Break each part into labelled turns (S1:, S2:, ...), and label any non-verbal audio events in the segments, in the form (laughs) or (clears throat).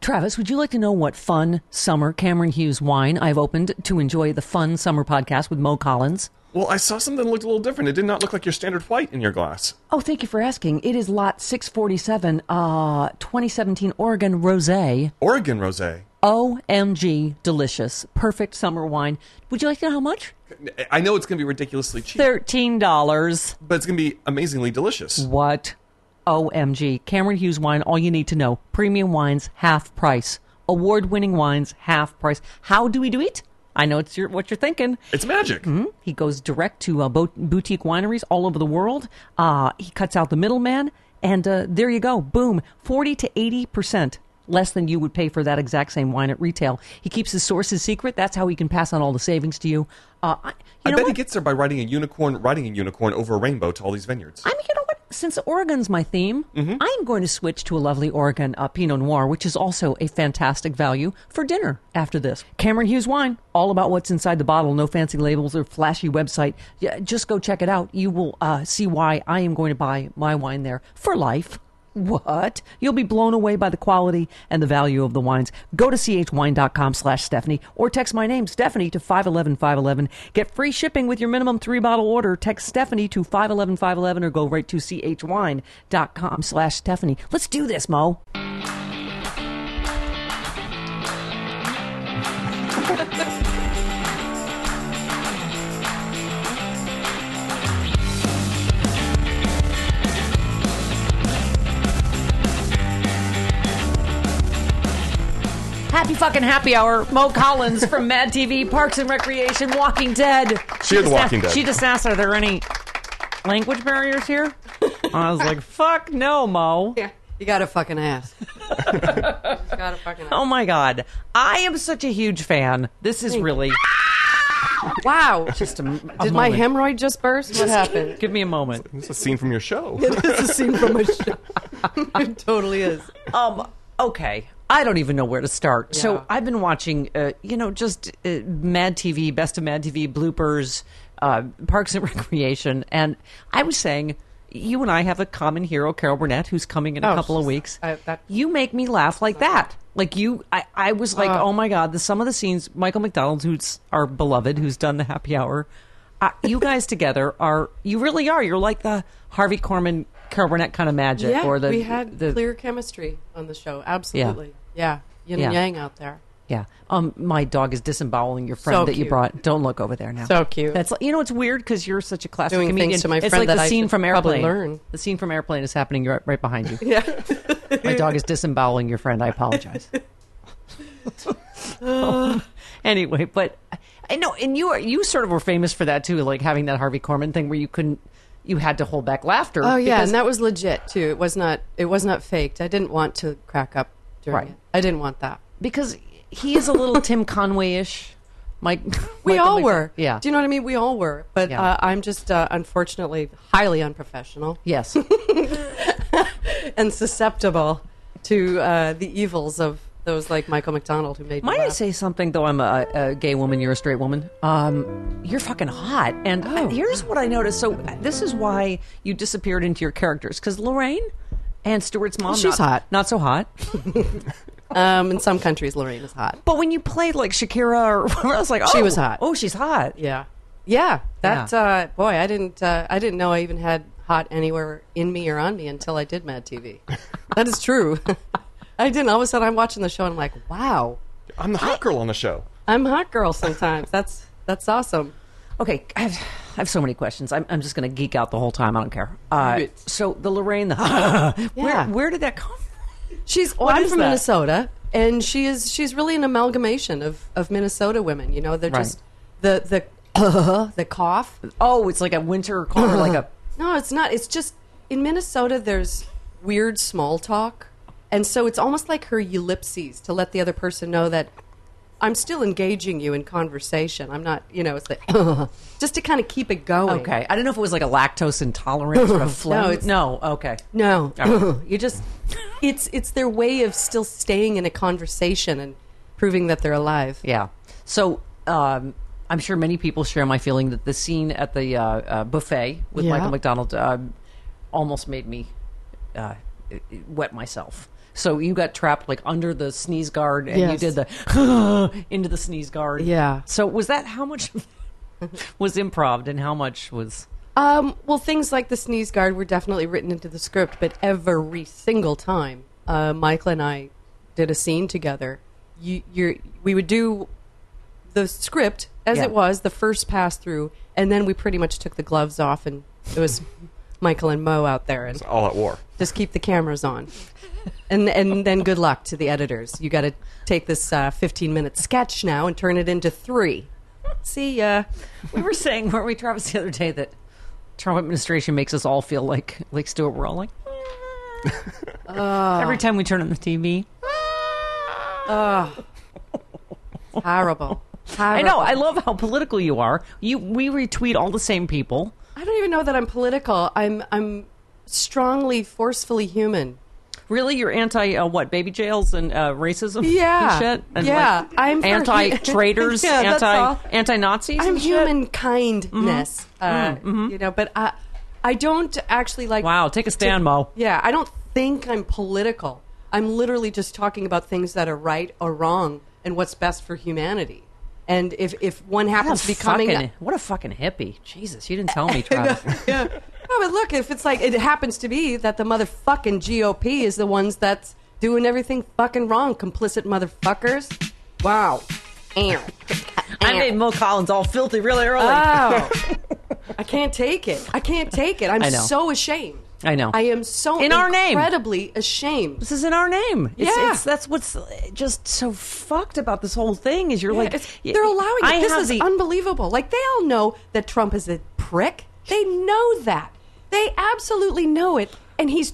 S1: Travis, would you like to know what fun summer Cameron Hughes wine I've opened to enjoy the fun summer podcast with Mo Collins?
S2: Well, I saw something that looked a little different. It did not look like your standard white in your glass.
S1: Oh, thank you for asking. It is lot 647, uh, 2017 Oregon Rosé.
S2: Oregon rosé.
S1: OMG, delicious. Perfect summer wine. Would you like to know how much?
S2: I know it's going to be ridiculously cheap,
S1: $13.
S2: but it's going to be amazingly delicious.
S1: What? OMG. Cameron Hughes wine, all you need to know. Premium wines, half price. Award winning wines, half price. How do we do it? I know it's your, what you're thinking.
S2: It's magic.
S1: He goes direct to uh, bo- boutique wineries all over the world. Uh, he cuts out the middleman, and uh, there you go. Boom. 40 to 80% less than you would pay for that exact same wine at retail. He keeps his sources secret. That's how he can pass on all the savings to you. Uh, I, you
S2: I
S1: know
S2: bet he
S1: what?
S2: gets there by riding a unicorn, riding a unicorn over a rainbow to all these vineyards.
S1: I mean, you know what? Since Oregon's my theme, I'm going to switch to a lovely Oregon uh, Pinot Noir, which is also a fantastic value for dinner after this. Cameron Hughes Wine, all about what's inside the bottle, no fancy labels or flashy website. Yeah, just go check it out. You will uh, see why I am going to buy my wine there for life. What? You'll be blown away by the quality and the value of the wines. Go to chwine.com slash Stephanie or text my name, Stephanie, to 511511. Get free shipping with your minimum three bottle order. Text Stephanie to 511511 or go right to chwine.com slash Stephanie. Let's do this, Mo. Happy fucking happy hour. Mo Collins from (laughs) Mad TV, Parks and Recreation, Walking Dead.
S2: She had The
S1: just
S2: Walking
S1: asked-
S2: Dead.
S1: She just asked, are there any language barriers here? I was like, fuck no, Mo.
S3: (laughs) You gotta fucking ask. gotta fucking ask.
S1: Oh my god. I am such a huge fan. This is really
S3: Wow. Just
S1: a m- a
S3: did my
S1: moment.
S3: hemorrhoid just burst?
S1: (laughs)
S3: What happened?
S1: Give me a moment.
S2: This is a scene from your show.
S3: this is a scene from a show. (laughs) it totally is.
S1: Um okay. I don't even know where to start.
S3: Yeah.
S1: So I've been watching uh, you know just uh, Mad TV, Best of Mad TV bloopers, uh, Parks and (laughs) Recreation and I was saying you and I have a common hero, Carol Burnett, who's coming in a
S3: Oh,
S1: couple of
S3: she's-
S1: weeks.
S3: I- that-
S1: you make me laugh like that. Like you, I, I was like, oh my god, the some of the scenes. Michael McDonald, who's our beloved, who's done the happy hour. Uh, you guys (laughs) together are you really are? You're like the Harvey Korman, Carol Burnett kind of magic,
S3: Yeah,
S1: or the
S3: we had
S1: the
S3: clear chemistry on the show. Absolutely. Yeah. Yin
S1: Yeah.
S3: and yang out there.
S1: Yeah. Um, my dog is disemboweling your friend
S3: So
S1: that you
S3: cute.
S1: brought. Don't look over there now.
S3: So cute.
S1: That's you know it's weird because you're such a classic
S3: Doing things
S1: comedian.
S3: to my
S1: it's
S3: friend
S1: like
S3: that
S1: the
S3: I
S1: scene
S3: should
S1: from
S3: probably
S1: Airplane.
S3: learn.
S1: The scene from Airplane is happening right, right behind you.
S3: Yeah.
S1: (laughs) my dog is disemboweling your friend. I
S3: (laughs)
S1: apologize. (laughs) anyway, but I know, and you are you sort of were famous for that too, like having that Harvey Korman thing where you couldn't, you had to hold back laughter.
S3: Oh yeah,
S1: because-
S3: and that was legit too. It was not. It was not faked. I didn't want to crack up during
S1: Right.
S3: it. I didn't want that.
S1: because he is a little Tim Conway ish. Mike,
S3: We
S1: Michael
S3: all
S1: Mc-
S3: were.
S1: Yeah.
S3: oh Do you know what I mean? We all were. But
S1: Yeah.
S3: uh, I'm just uh, unfortunately highly unprofessional
S1: yes.
S3: and susceptible to uh, the evils of those like Michael McDonald who made. me
S1: Might I
S3: laugh.
S1: say something though? I'm a, a gay woman. You're a straight woman. Um, you're fucking hot. And I-
S3: Oh.
S1: here's what I noticed. So uh, this is why you disappeared into your characters because Lorraine and Stewart's mom.
S3: Oh, she's
S1: not-
S3: hot.
S1: Not so
S3: (laughs)
S1: hot.
S3: Um, in some countries, Lorraine is hot.
S1: But when you played like Shakira, or (laughs) whatever, I was like, oh,
S3: She was hot.
S1: Oh, she's hot.
S3: Yeah, yeah. That
S1: Yeah.
S3: Uh, boy, I didn't. Uh, I didn't know I even had hot anywhere in me or on me until I
S1: (laughs)
S3: (laughs) did Mad TV. that is true. I didn't. All of a sudden, I'm watching the show and I'm like, wow,
S2: I'm the hot girl on the show.
S3: I'm hot girl sometimes. That's that's awesome.
S1: Okay, I have, I have so many questions. I'm, I'm just going to geek out the whole time. I don't care. Uh,
S3: Right.
S1: So the Lorraine, the (laughs) where,
S3: Yeah.
S1: where did that come from?
S3: She's
S1: What
S3: well, I'm
S1: is
S3: from
S1: that?
S3: Minnesota, and she is she's really an amalgamation of, of Minnesota women. You know, they're
S1: Right.
S3: just the the uh, the (coughs) cough.
S1: Oh, it's like a winter call, or like
S3: (clears throat)
S1: a
S3: No, it's not. It's just in Minnesota. There's weird small talk, and so it's almost like her ellipses to let the other person know that I'm still engaging you in conversation. I'm not, you know, it's like (laughs) just to kind of keep it going.
S1: okay. I don't know if it was like a lactose intolerance or a phlegm.
S3: (laughs) No, it's-
S1: no. Okay.
S3: No, (laughs) you just it's it's their way of still staying in a conversation and proving that they're alive.
S1: Yeah. So um, I'm sure many people share my feeling that the scene at the uh, uh, buffet with
S3: Yeah.
S1: Michael McDonald um, almost made me uh, i- i- wet myself. So you got trapped like under the sneeze guard, and
S3: Yes.
S1: you did the (laughs) into the sneeze guard.
S3: Yeah.
S1: So was that how much (laughs) of that was improv, and how much was
S3: Um, well, things like the sneeze guard were definitely written into the script, but every single time uh, Michael and I did a scene together, you, you're, we would do the script as
S1: Yeah.
S3: it was, the first pass through, and then we pretty much took the gloves off, and it was Michael and Mo out there, and
S2: It's all at war.
S3: just keep the cameras on. And, and then good luck to the editors. You got to take this uh, 15 minute sketch now and turn it into three. See ya.
S1: (laughs) we were saying, weren't we, Travis, the other day that Trump administration makes us all feel like like Stuart. We're all
S3: (laughs)
S1: like "Ah." every time we turn on the TV.
S3: Ah. Horrible.
S1: I know. I
S3: Horrible.
S1: love how political you are. You, we retweet all the same people.
S3: I don't even know that I'm political. I'm I'm strongly, forcefully human.
S1: Really, you're anti uh, what? Baby jails and uh, racism. and
S3: Yeah.
S1: shit. And
S3: Yeah, I'm for-
S1: anti
S3: (laughs)
S1: traitors.
S3: Yeah, that's all.
S1: anti anti Nazis.
S3: I'm human kindness. Uh, You know, but I I don't actually like.
S1: Wow, take a stand,
S3: to-
S1: Mo.
S3: Yeah, I don't think I'm political. I'm literally just talking about things that are right or wrong and what's best for humanity. And if if one
S1: What
S3: happens
S1: a,
S3: to be coming,
S1: fucking, what a fucking hippie! Jesus, you didn't tell
S3: (laughs)
S1: me, Travis.
S3: Oh, but look, if it's like it happens to be that the motherfucking GOP is the ones that's doing everything fucking wrong, complicit motherfuckers. Wow. Ow.
S1: I made Mo Collins all filthy really early.
S3: Oh. (laughs) I can't take it. I can't take it. I'm
S1: I know.
S3: so ashamed.
S1: I know.
S3: I am so
S1: In our name.
S3: incredibly ashamed.
S1: this is in our name. It's,
S3: Yeah.
S1: it's, that's what's just so fucked about this whole thing. Is you're like
S3: It's- they're allowing
S1: I
S3: it. This
S1: have
S3: is
S1: the-
S3: unbelievable. Like they all know that Trump is a prick. They know that. They absolutely know it. And he's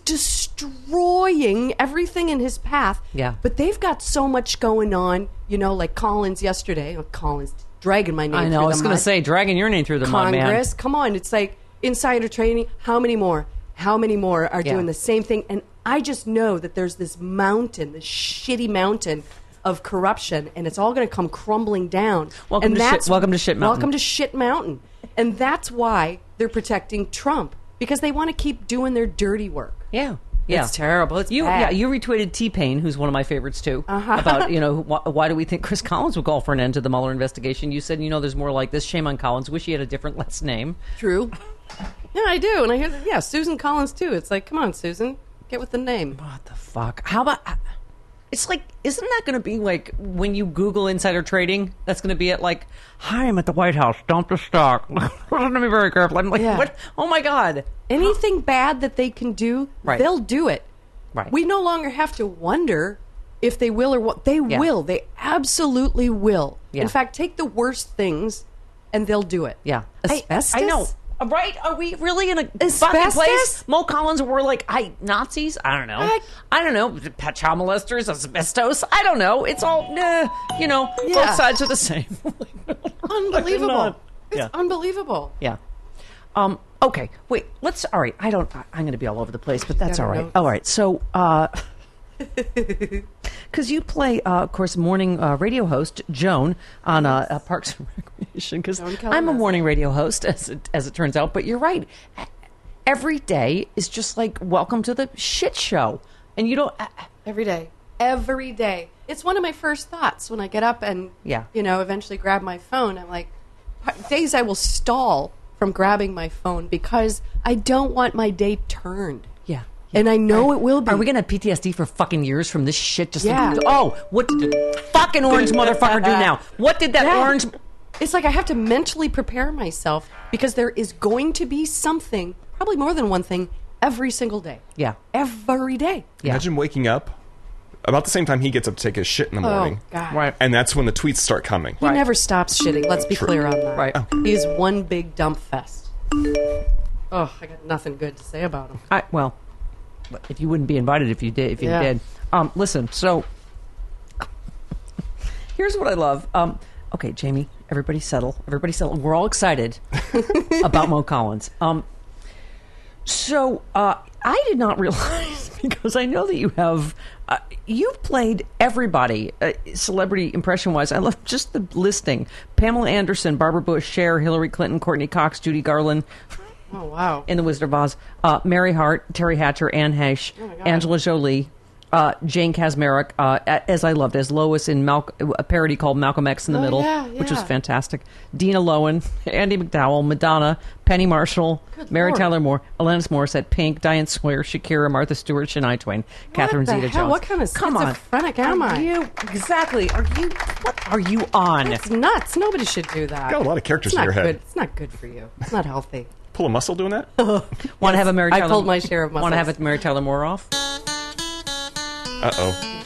S3: destroying everything in his path.
S1: Yeah.
S3: But they've got so much going on, you know, like Collins yesterday. Oh, Collins dragging my name.
S1: I
S3: through
S1: know. I
S3: the
S1: was going
S3: mud.
S1: to say dragging your name through the mud, man.
S3: Congress. Come on, it's like insider training. How many more? How many more are
S1: Yeah.
S3: doing the same thing? And I just know that there's this mountain, this shitty mountain of corruption, and it's all going to come crumbling down.
S1: Welcome
S3: and
S1: to shit- welcome to shit mountain.
S3: Welcome to shit mountain, and that's why they're protecting Trump because they want to keep doing their dirty work.
S1: Yeah. Yeah.
S3: It's terrible. It's
S1: you,
S3: bad.
S1: Yeah,
S3: Uh-huh.
S1: you retweeted T Pain, who's one of my favorites too, about
S3: (laughs)
S1: you know why, why do we think Chris Collins would call for an end to the Mueller investigation? You said you know there's more like this. Shame on Collins. Wish he had a different last name.
S3: True. (laughs) Yeah, I do, and I hear that. Yeah, Susan Collins too. It's like, come on, Susan, get with the name.
S1: What the fuck? How about? It's like, isn't that going to be like when you Google insider trading? That's going to be it. Like, hi, I'm at the White House. Dump the (laughs) stock. Listen to me very careful. I'm like,
S3: Yeah.
S1: what? Oh my god.
S3: anything bad that they can do,
S1: Right.
S3: they'll do it.
S1: Right.
S3: We no longer have to wonder if they will or what they will. They absolutely will.
S1: Yeah.
S3: In fact, take the worst things and they'll do it.
S1: Yeah. I-
S3: Asbestos?
S1: I, know. Right? Are we really in a fucking
S3: Asbestos?
S1: place? Mo Collins were like, I Nazis? I don't know. I,
S3: I-
S1: don't know. Pet child molesters, asbestos. I don't know. It's all, nah, you know, both
S3: Yeah.
S1: sides are the same. (laughs)
S3: Unbelievable.
S1: not.
S3: It's
S1: Yeah.
S3: unbelievable.
S1: yeah. Um. Okay. Wait. Let's. All right. I don't. I, I'm going to be all over the place, but that's all right. All right. So, uh, (laughs) because you play, uh, of course, morning uh, radio host Joan on uh, uh, Parks and (laughs) Recreation. Because I'm a morning radio host, as it, as it turns out. But you're right. Every day is just like welcome to the shit show, and you don't. uh,
S3: Every day. Every day. It's one of my first thoughts when I get up and
S1: Yeah.
S3: you know, eventually grab my phone. I'm like days I will stall from grabbing my phone because I don't want my day turned.
S1: Yeah.
S3: and I know it will be.
S1: Are we gonna have PTSD for fucking years from this shit? Just
S3: Yeah.
S1: like, oh, what did the fucking orange motherfucker do
S3: (laughs)
S1: now? What did that
S3: Yeah.
S1: orange?
S3: It's like I have to mentally prepare myself because there is going to be something, probably more than one thing, every single day.
S1: Yeah.
S3: Every day.
S1: Yeah.
S2: Imagine waking up about the same time he gets up to take his shit in the morning.
S3: Oh, God.
S4: Right.
S2: And that's when the tweets start coming.
S3: He never stops shitting. Let's be clear on that.
S1: Right.
S3: He is one big dump fest. Oh, I got nothing good to say about him.
S1: I, well, if you wouldn't be invited if you did, if you
S3: Yeah.
S1: did. Um, listen, so here's what I love. Um, okay, Jamie, everybody settle. Everybody settle. We're all
S3: (laughs)
S1: excited about Mo Collins. Um, so uh, I did not realize (laughs) because I know that you have uh, you've played everybody uh, celebrity impression wise. I love just the listing: Pamela Anderson, Barbara Bush, Cher, Hillary Clinton, Courtney Cox, Judy Garland,
S3: Oh, wow.
S1: in The Wizard of Oz, uh, Mary Hart, Terry Hatcher, Anne Heche,
S3: Oh
S1: Angela Jolie, uh, Jane Kazmarek, uh, a- as I loved, as Lois in Mal- a parody called Malcolm X in the Middle,
S3: Oh, yeah,
S1: which was
S3: yeah.
S1: fantastic. Dina Lowen, (laughs) Andy McDowell, Madonna, Penny Marshall, Mary
S3: Lord.
S1: Tyler Moore, Alanis Morissette, Pink, Diane Sawyer, Shakira, Martha Stewart, Shania Twain, Catherine
S3: the
S1: Zeta-Jones.
S3: hell? What kind of
S1: Come on.
S3: schizophrenic am
S1: Are
S3: I?
S1: You, exactly. Are you? What are you on?
S3: It's nuts. Nobody should do that.
S2: Got a lot of characters
S3: it's
S2: in
S3: not
S2: your head.
S3: Good. It's not good for you. It's
S1: (laughs)
S3: not healthy.
S2: Pull a muscle doing that?
S1: Want to have a Mary?
S3: I
S1: Tyler-
S3: pulled my share of
S1: Want to
S3: muscles.
S1: have a Mary Tyler Moore off?
S2: Uh oh.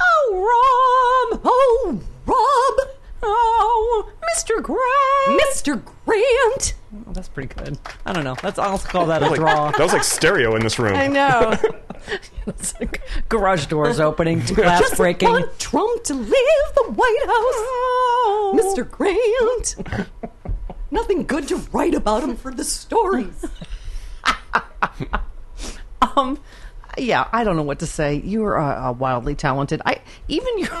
S1: Oh, Rob! Oh, Rob! Oh, Mr. Grant!
S3: Mr. Grant.
S1: Oh, that's pretty good. I don't know. That's I'll call that a
S2: Like,
S1: draw.
S2: that was like stereo in this room.
S3: I (laughs) know.
S1: It's like (laughs) garage (laughs) doors opening, glass breaking.
S3: Want Trump to leave the White House. Mr. Grant. Nothing good to write about him for the stories.
S1: Um, yeah, I don't know what to say. You're uh, uh, wildly talented. I even your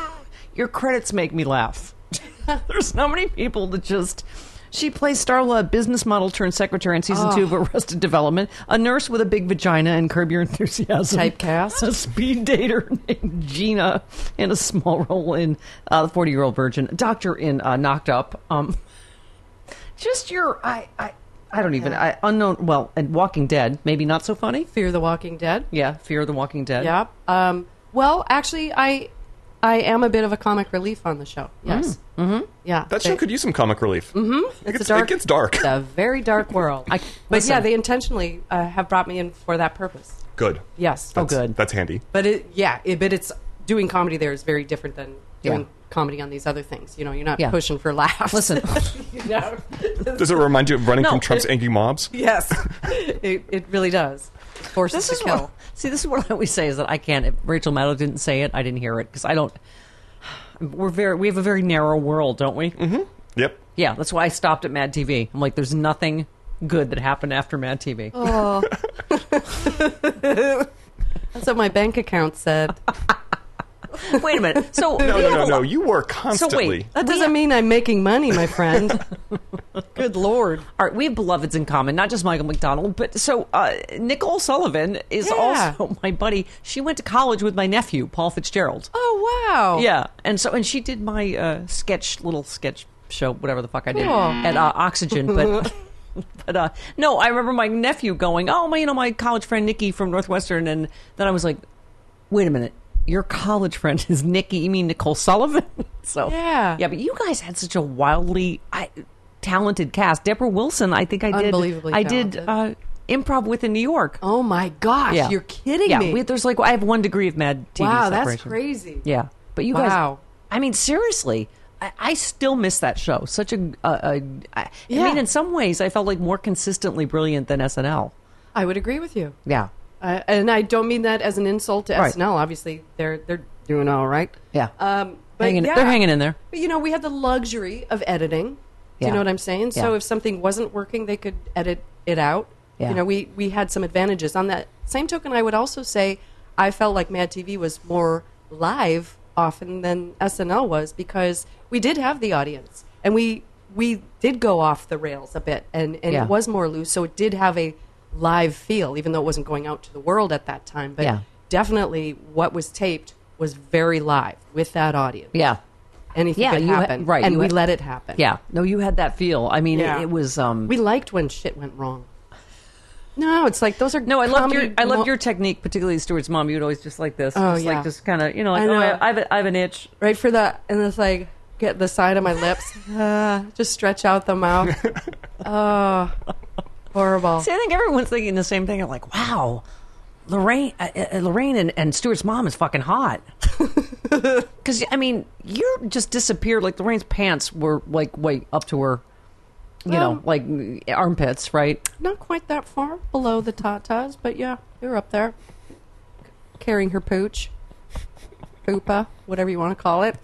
S1: your credits make me laugh. (laughs) There's so many people that just. She plays Starla, a business model turned secretary in season two of Arrested Development, a nurse with a big vagina and Curb Your Enthusiasm, (laughs)
S3: Typecast.
S1: a speed dater (laughs) named Gina, and a small role in uh, The Forty Year Old Virgin, a doctor in uh, Knocked Up. Um, just your, I, I, I don't even, I unknown. Well, and Walking Dead, maybe not so funny.
S3: (laughs) Fear the Walking Dead.
S1: Yeah, Fear of the Walking Dead.
S3: Yep. Um, well, actually, I I am a bit of a comic relief on the show. Yes. Mm-hmm. Yeah.
S2: That show
S3: They-
S2: could use some comic relief. Mm-hmm. It
S3: It's
S2: gets,
S3: a dark.
S2: it gets dark.
S3: It's a very dark world.
S1: I-
S3: but yeah,
S1: listen.
S3: they intentionally uh, have brought me in for that purpose.
S2: Good.
S3: Yes.
S1: Oh, good.
S2: That's handy.
S3: But it, yeah, it, but it's doing comedy there is very different than doing
S1: Yeah.
S3: comedy on these other things. You know, you're not
S1: Yeah.
S3: pushing for laughs.
S1: Listen,
S3: (laughs) you
S1: (laughs)
S3: know?
S2: Does it remind you of running
S1: No,
S2: from Trump's
S1: it-
S2: angry mobs?
S3: yes, it, it really does.
S1: this
S3: Forces to
S1: is
S3: kill.
S1: what, (laughs) see, this is what I always say is that I can't. If Rachel Maddow didn't say it, I didn't hear it because I don't. (sighs) We're very we have a very narrow world, don't we? Mm-hmm.
S2: Yep.
S1: Yeah, that's why I stopped at Mad TV. I'm like, there's nothing good that happened after Mad TV. (laughs)
S3: That's what my bank
S1: (laughs)
S3: account said.
S1: Wait a minute. (laughs) So
S2: No,
S1: we have
S2: no, no,
S1: a
S2: no.
S1: lot-
S2: You were
S1: So
S2: constantly.
S1: wait,
S3: That doesn't mean I'm making money,
S1: (laughs)
S3: my friend. Good lord.
S1: all right, we have beloveds in common, not just Michael McDonald, but so uh, Nicole Sullivan is
S3: Yeah.
S1: also (laughs) my buddy. She went to college with my nephew, Paul Fitzgerald.
S3: Oh wow.
S1: Yeah, and so and she did my uh, sketch, little sketch show, whatever the fuck I did
S3: Cool.
S1: at uh, Oxygen.
S3: (laughs)
S1: But but uh, no, I remember my nephew going, "Oh my, you know, my college friend Nikki from Northwestern," and then I was like, "Wait a minute, your college friend is Nikki? You mean Nicole Sullivan?" (laughs) so
S3: Yeah.
S1: yeah. But you guys had such a wildly I, talented cast. Deborah Wilson, I think I did.
S3: Unbelievably
S1: I did uh,
S3: talented.
S1: improv with in New York.
S3: Oh my gosh.
S1: yeah,
S3: You're kidding
S1: yeah,
S3: me.
S1: we- there's like I have one degree of Mad TV.
S3: wow, that's
S1: separation.
S3: crazy.
S1: Yeah, but you guys.
S3: Wow.
S1: I mean, seriously, I, I still miss that show. Such a, a, a I, I
S3: Yeah.
S1: mean, in some ways, I felt like more consistently brilliant than SNL.
S3: I would agree with you.
S1: Yeah,
S3: Uh, and I don't mean that as an insult to
S1: Right.
S3: SNL. Obviously, they're they're doing all right.
S1: Yeah.
S3: Um, but
S1: Hanging-
S3: yeah.
S1: they're hanging in there.
S3: But you know, we had the luxury of editing. Do
S1: Yeah.
S3: you know what I'm saying? So
S1: Yeah.
S3: if something wasn't working, they could edit it out.
S1: Yeah.
S3: You know, we we had some advantages. On that same token, I would also say I felt like Mad TV was more live often than SNL was because we did have the audience and we we did go off the rails a bit and and
S1: Yeah.
S3: it was more loose, so it did have a live feel, even though it wasn't going out to the world at that time. But
S1: Yeah.
S3: definitely, what was taped was very live with that audience
S1: yeah,
S3: anything
S1: Yeah,
S3: could
S1: you ha-
S3: happen.
S1: right,
S3: And
S1: you
S3: we
S1: ha-
S3: let it happen.
S1: yeah. No, you had that feel. I mean, it,
S3: Yeah.
S1: it was. Um,
S3: We liked when shit went wrong. No, it's like those are
S1: No, I loved your
S3: comedy
S1: I loved
S3: mo-
S1: your technique, particularly Stuart's mom. You'd always just like this,
S3: Oh,
S1: just
S3: yeah.
S1: like just kind of you know like
S3: I
S1: oh
S3: know.
S1: I, I have a, I have an itch.
S3: right for the and it's like get the side of my lips. (laughs) Ah, just stretch out the
S1: (laughs)
S3: mouth. oh, horrible.
S1: See, (laughs) I think everyone's thinking the same thing. I'm like, wow, Lorraine, uh, uh, Lorraine, and, and Stuart's mom is fucking
S3: (laughs)
S1: hot. Because I mean, you just disappeared. Like Lorraine's pants were like way up to her, you know,
S3: Um,
S1: like armpits, right?
S3: Not quite that far below the tatas, but yeah, you're up there carrying her pooch, poopa, whatever you want to
S1: (laughs)
S3: call it.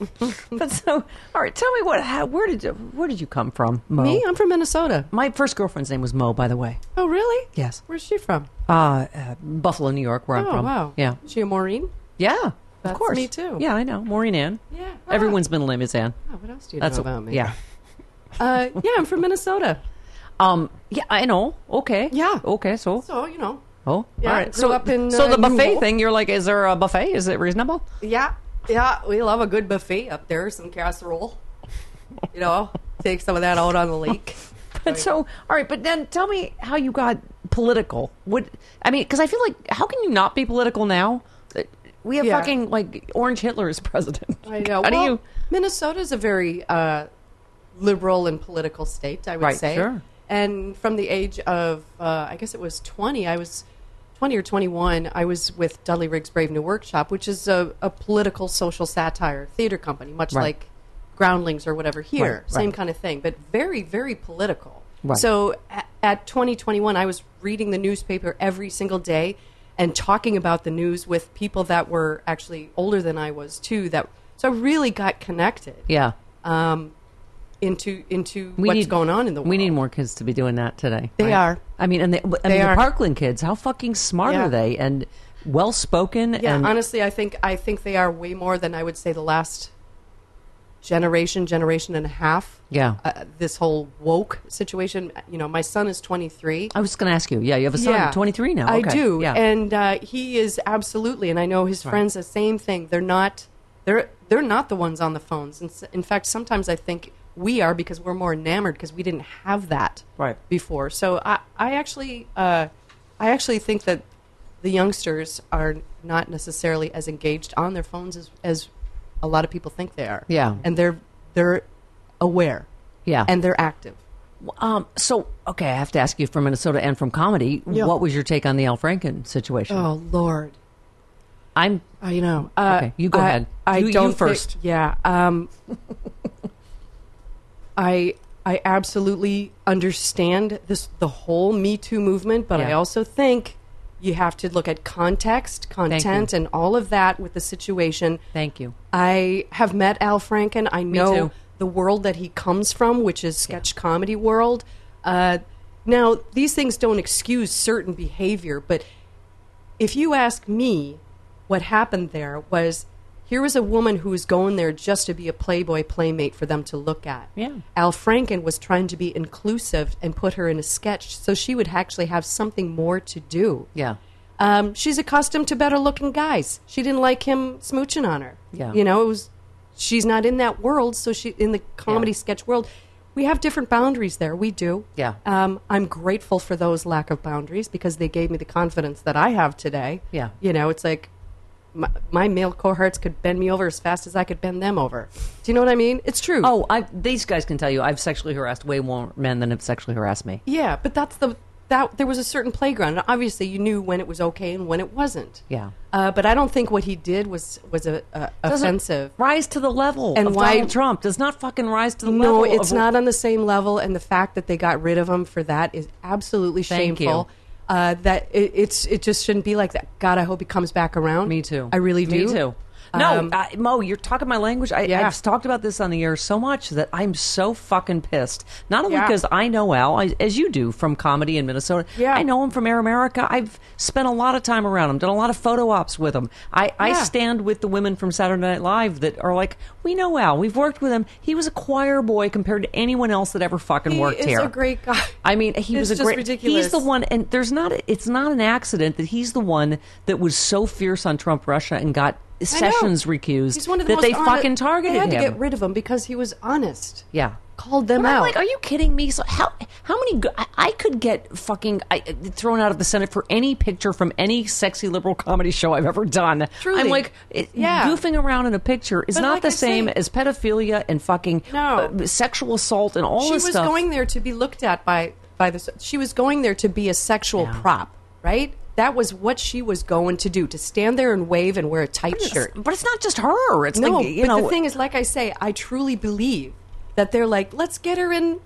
S1: But so, all right, tell me what? How, where did you, where did you come from, Mo?
S3: Me, I'm from Minnesota.
S1: My first girlfriend's name was Mo, by the way.
S3: Oh, really?
S1: Yes.
S3: Where's she from?
S1: Uh, uh, Buffalo, New York, where I'm
S3: oh,
S1: from.
S3: wow.
S1: Yeah.
S3: Is she a Maureen?
S1: Yeah.
S3: That's
S1: of course.
S3: me too.
S1: Yeah, I know. Maureen Ann.
S3: Yeah.
S1: Everyone's been lame as Ann.
S3: Oh, what else do you
S1: That's
S3: know about me?
S1: Yeah.
S3: Uh, yeah, I'm from Minnesota.
S1: Um. Yeah, I know. Okay.
S3: Yeah.
S1: Okay. So.
S3: So, you know.
S1: Oh.
S3: Yeah,
S1: all
S3: I
S1: right.
S3: grew
S1: So.
S3: up in,
S1: so
S3: uh,
S1: the buffet
S3: Newell.
S1: thing. You're like, is there a buffet? Is it reasonable?
S3: Yeah. Yeah, we love a good buffet up there, some casserole. You know, take some of that out on the
S1: (laughs)
S3: lake.
S1: But so. All right. But then tell me how you got political. Would I mean? Because I feel like how can you not be political now? Uh, We have
S3: Yeah.
S1: fucking like Orange Hitler as (laughs) president.
S3: I know.
S1: How
S3: well,
S1: do you?
S3: Minnesota's a very uh, liberal and political state, I would
S1: Right,
S3: say.
S1: sure.
S3: And from the age of, uh, I guess it was 20, I was 20 or 21, I was with Dudley Riggs' Brave New Workshop, which is a, a political social satire theater company, much
S1: Right.
S3: like Groundlings or whatever here.
S1: Right,
S3: Same
S1: right.
S3: kind of thing, but very, very political.
S1: Right.
S3: So a- at 2021, I was reading the newspaper every single day and talking about the news with people that were actually older than I was too. That so I really got connected
S1: Yeah.
S3: um, into into
S1: We
S3: what's
S1: need-
S3: going on in the world.
S1: We need more kids to be doing that today.
S3: They
S1: right?
S3: are.
S1: I mean, and they, I
S3: They
S1: mean,
S3: are.
S1: the Parkland kids. How fucking smart
S3: Yeah.
S1: are they? And well spoken.
S3: Yeah,
S1: and
S3: honestly, I think I think they are way more than I would say the last generation, generation and a half.
S1: Yeah.
S3: uh, this whole woke situation. You know, my son is twenty three.
S1: I was going to ask you. Yeah, you have a son,
S3: Yeah.
S1: 23 now.
S3: I
S1: Okay.
S3: do,
S1: Yeah.
S3: and uh, he is absolutely, and I know his friends the same thing. They're not, they're they're not the ones on the phones. And s- in fact, sometimes I think we are because we're more enamored because we didn't have that
S1: Right.
S3: before. So I I actually uh, I actually think that the youngsters are not necessarily as engaged on their phones as as a lot of people think they are.
S1: Yeah.
S3: and they're they're aware.
S1: Yeah.
S3: and they're active.
S1: um, so, okay, I have to ask you from Minnesota and from comedy,
S3: Yeah.
S1: what was your take on the Al Franken situation?
S3: Oh Lord.
S1: I'm
S3: I know. Uh,
S1: Okay, you go
S3: I-
S1: ahead.
S3: I
S1: You- you
S3: don't thi-
S1: first.
S3: yeah. Um, (laughs) I I absolutely understand this the whole Me Too movement, but I
S1: Yeah.
S3: also think you have to look at context,
S1: you.
S3: content, and all of that with the situation.
S1: Thank you.
S3: I have met Al Franken. I know
S1: too.
S3: the world that he comes from, which is sketch comedy world. Uh, now, these things don't excuse certain behavior, but if you ask me, what happened there was here was a woman who was going there just to be a playboy playmate for them to look at.
S1: Yeah.
S3: Al Franken was trying to be inclusive and put her in a sketch so she would actually have something more to do.
S1: Yeah.
S3: Um, she's accustomed to better looking guys. She didn't like him smooching on her.
S1: Yeah.
S3: You know, it was she's not in that world, so she in the comedy
S1: Yeah.
S3: sketch world. We have different boundaries there. We do.
S1: Yeah.
S3: Um, I'm grateful for those lack of boundaries because they gave me the confidence that I have today.
S1: Yeah.
S3: You know, it's like my, my male cohorts could bend me over as fast as I could bend them over. Do you know what I mean? It's true.
S1: Oh, I, these guys can tell you I've sexually harassed way more men than have sexually harassed me.
S3: Yeah, but that's the that there was a certain playground. And obviously, you knew when it was okay and when it wasn't.
S1: Yeah.
S3: Uh, but I don't think what he did was was a, a
S1: Doesn't
S3: offensive.
S1: Rise to the level
S3: And
S1: of
S3: why-
S1: Donald Trump does not fucking rise to the
S3: No,
S1: level.
S3: it's
S1: of-
S3: not on the same level, and the fact that they got rid of him for that is absolutely
S1: Thank
S3: shameful. Uh, that it, it's it just shouldn't be like that. God, I hope he comes back around.
S1: Me too.
S3: I really do.
S1: Me too. No,
S3: Um,
S1: I, Mo, you're talking my language. I,
S3: Yeah.
S1: I've talked about this on the air so much that I'm so fucking pissed. Not only
S3: Yeah.
S1: because I know Al, I, as you do, from comedy in Minnesota.
S3: Yeah.
S1: I know him from Air America. I've spent a lot of time around him, done a lot of photo ops with him. I, I
S3: Yeah.
S1: stand with the women from Saturday Night Live that are like, we know Al. We've worked with him. He was a choir boy compared to anyone else that ever fucking
S3: He
S1: worked
S3: is
S1: here.
S3: a great guy.
S1: I mean, he was
S3: It's
S1: a
S3: just
S1: great.
S3: ridiculous.
S1: He's the one, and there's not. It's not an accident that he's the one that was so fierce on Trump Russia and got
S3: I know.
S1: Sessions recused.
S3: He's one of the
S1: that
S3: most
S1: they
S3: honest-
S1: fucking targeted
S3: They had
S1: him.
S3: to get rid of him because he was honest.
S1: yeah,
S3: called them
S1: But I'm
S3: out.
S1: like, are you kidding me? So how how many? go- I, I could get fucking I, thrown out of the Senate for any picture from any sexy liberal comedy show I've ever done.
S3: Truly.
S1: I'm like, it,
S3: Yeah.
S1: goofing around in a picture is
S3: But
S1: not
S3: like
S1: the
S3: I
S1: same
S3: say-
S1: as pedophilia and fucking
S3: No.
S1: uh, sexual assault and all
S3: she
S1: this
S3: was
S1: stuff.
S3: going there to be looked at by by the she was going there to be a sexual prop right that was what she was going to do to stand there and wave and wear a tight shirt
S1: but it's not just her. It's
S3: no
S1: like, you
S3: but
S1: know,
S3: the thing is like i say i truly believe that they're like let's get her in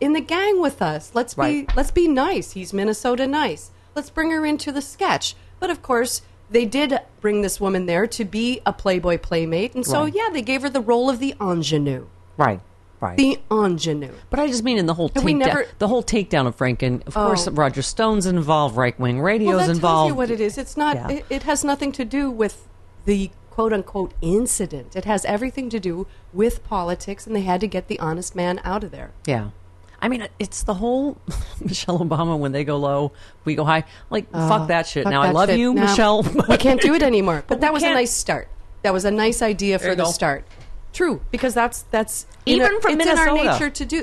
S3: in the gang with us let's
S1: Right.
S3: be let's be nice he's minnesota nice let's bring her into the sketch but of course they did bring this woman there to be a playboy playmate and so
S1: Right.
S3: yeah they gave her the role of the ingenue
S1: right, right.
S3: the ingenue
S1: But I just mean in the whole
S3: Have we
S1: takedown,
S3: never- Oh.
S1: the whole takedown of Franken. Of course, Roger Stone's involved, right wing radio's
S3: well, that
S1: involved.
S3: tells you what it is. It's not.
S1: Yeah.
S3: It, it has nothing to do with the quote unquote incident. It has everything to do with politics, and they had to get the honest man out of there.
S1: Yeah. I mean, it's the whole (laughs) Michelle Obama when they go low, we go high. Like, fuck that shit.
S3: Oh, Fuck
S1: Now, I
S3: that
S1: love
S3: shit.
S1: you,
S3: No,
S1: Michelle. (laughs)
S3: we can't do it anymore. But, that
S1: we
S3: was
S1: can't-
S3: a nice start. That was a nice idea for
S1: you
S3: the
S1: go.
S3: start. True, because that's that's
S1: Even
S3: a,
S1: from
S3: it's in
S1: Minnesota.
S3: our nature to do.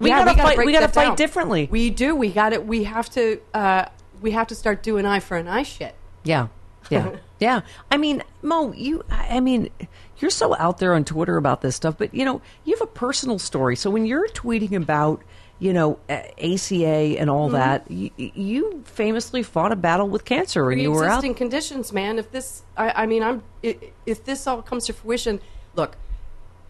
S1: We gotta fight-
S3: break
S1: we gotta
S3: that
S1: fight differently.
S3: We do. We got it. We have to. Uh, we have to start doing eye for an eye shit.
S1: Yeah.
S3: (laughs)
S1: Yeah. Yeah. I mean, Mo, you, I I mean, you're so out there on Twitter about this stuff, but you know, you have a personal story. So when you're tweeting about, you know, a- ACA and
S3: Mm-hmm.
S1: all that, you, you famously fought a battle with cancer and you were out.
S3: pre-existing conditions, man. If this, I, I mean, I'm i- if this all comes to fruition, look,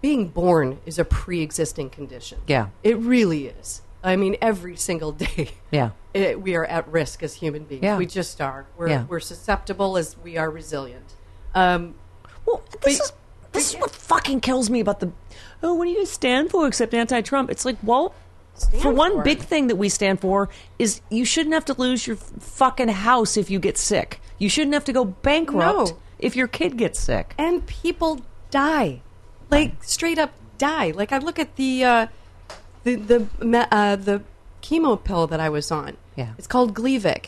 S3: being born is a pre-existing condition.
S1: Yeah.
S3: it really is. I mean, every single day.
S1: Yeah.
S3: (laughs) it- we are at risk as human beings.
S1: Yeah.
S3: we just are. We're
S1: Yeah.
S3: we're susceptible as we are resilient. Um,
S1: Well, this
S3: But-
S1: is this is what fucking kills me about the oh, what do you guys stand for except anti-Trump? It's like, well, for one
S3: for
S1: big thing that we stand for is you shouldn't have to lose your f- fucking house if you get sick. You shouldn't have to go bankrupt
S3: No.
S1: if your kid gets sick.
S3: and people die, like straight up die. Like I look at the uh, the the me- uh, the chemo pill that I was on.
S1: Yeah.
S3: it's called Gleevec.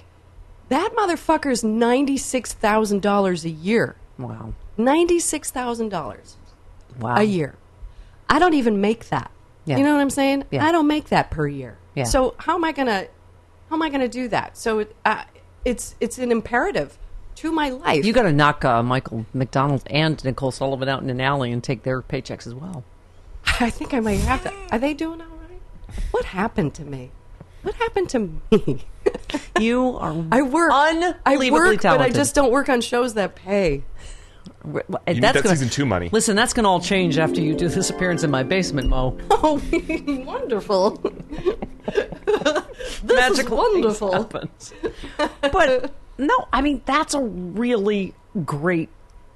S3: That motherfucker's ninety six thousand dollars a year.
S1: Wow.
S3: Ninety six thousand dollars
S1: Wow.
S3: a year. I don't even make that.
S1: Oh. Yeah.
S3: You know what I'm saying?
S1: Yeah.
S3: I don't make that per year.
S1: Yeah.
S3: So how am I gonna how am I gonna do that? So it, uh, it's it's an imperative to my life.
S1: You got to knock uh, Michael McDonald and Nicole Sullivan out in an alley and take their paychecks as well.
S3: I think I might have to. Are they doing all right? What happened to me? What happened to me?
S1: You are
S3: I work. I
S1: unbelievably
S3: work,
S1: talented.
S3: but I just don't work on shows that pay.
S1: Re- well,
S2: need
S1: that's
S2: that
S1: gonna-
S2: season two money.
S1: Listen, that's going to all change after you do this appearance in my basement, Mo.
S3: Oh, (laughs) wonderful! (laughs) this
S1: magical
S3: is
S1: things
S3: wonderful.
S1: happens. But no, I mean that's a really great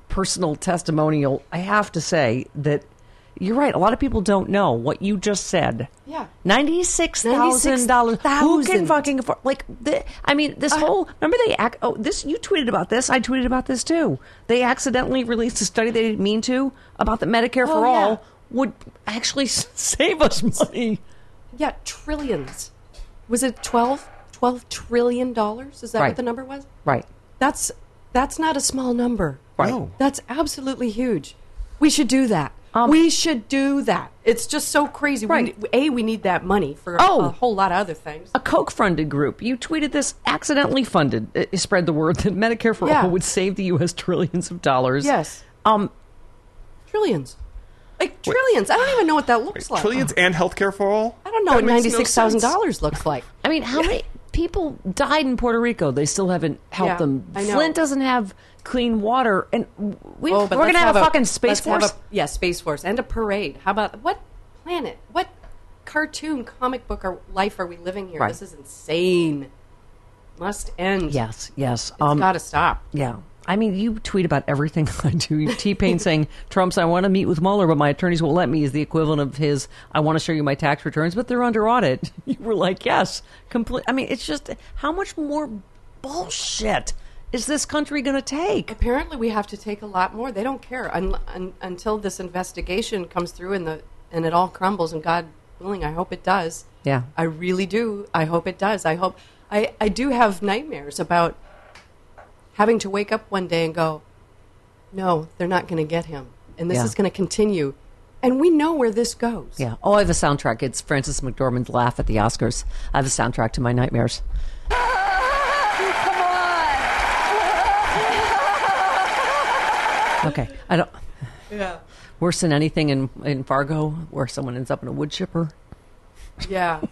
S1: personal testimonial. I have to say that you're right. A lot of people don't know what you just said.
S3: Yeah.
S1: ninety six thousand dollars. Who can
S3: $96,000.
S1: fucking afford? Like, the, I mean, this
S3: Uh,
S1: whole. Remember they? Ac- oh, this you tweeted about this. I tweeted about this too. They accidentally released a study they didn't mean to about that Medicare for
S3: Oh, yeah.
S1: all would actually (laughs) s- save us money.
S3: (laughs) Yeah, trillions. Was it 12? 12 trillion dollars? Is that
S1: Right.
S3: what the number was?
S1: Right.
S3: That's that's not a small number.
S1: Right. No.
S3: That's absolutely huge. We should do that. we should do that. It's just so crazy.
S1: Um, Right.
S3: We, a, we need that money for
S1: Oh. Uh,
S3: a whole lot of other things.
S1: a Koch funded group. You tweeted this accidentally funded, uh, spread the word that Medicare for
S3: Yeah.
S1: all would save the U.S. (laughs) trillions of dollars.
S3: Yes.
S1: Um,
S3: Trillions. Like trillions. I don't even know what that looks like.
S2: Trillions and healthcare for all?
S3: I don't know
S2: That
S3: what
S2: makes no
S3: $96,000 looks like.
S1: I mean, how many people died in Puerto Rico? They still haven't helped
S3: Yeah,
S1: them.
S3: I know.
S1: Flint doesn't have clean water, and we,
S3: Oh,
S1: we're
S3: but
S1: going
S3: let's
S1: to have, a fucking space
S3: let's have
S1: force.
S3: a- yeah, space force and a parade. How about what planet? What cartoon, comic book, or life are we living here?
S1: Right.
S3: This is insane. Must end.
S1: yes, yes. Um,
S3: it's got to stop.
S1: Yeah. I mean, you tweet about everything (laughs) I do. T Pain saying, Trump's, I want to meet with Mueller, but my attorneys won't let me, is the equivalent of his, I want to show you my tax returns, but they're under audit. (laughs) You were like, yes, complete. I mean, it's just how much more bullshit is this country going to take?
S3: Apparently, we have to take a lot more. They don't care un- un- until this investigation comes through and the and it all crumbles. And God willing, I hope it does.
S1: Yeah.
S3: I really do. I hope it does. I hope. I I do have nightmares about having to wake up one day and go, no, they're not going to get him, and this
S1: Yeah.
S3: is going to continue And we know where this goes.
S1: Yeah. Oh, I have a soundtrack. It's Francis McDormand's laugh at the Oscars. I have a soundtrack to my nightmares. Okay. I don't.
S3: Yeah.
S1: Worse than anything in in Fargo, where someone ends up in a wood chipper.
S3: Yeah.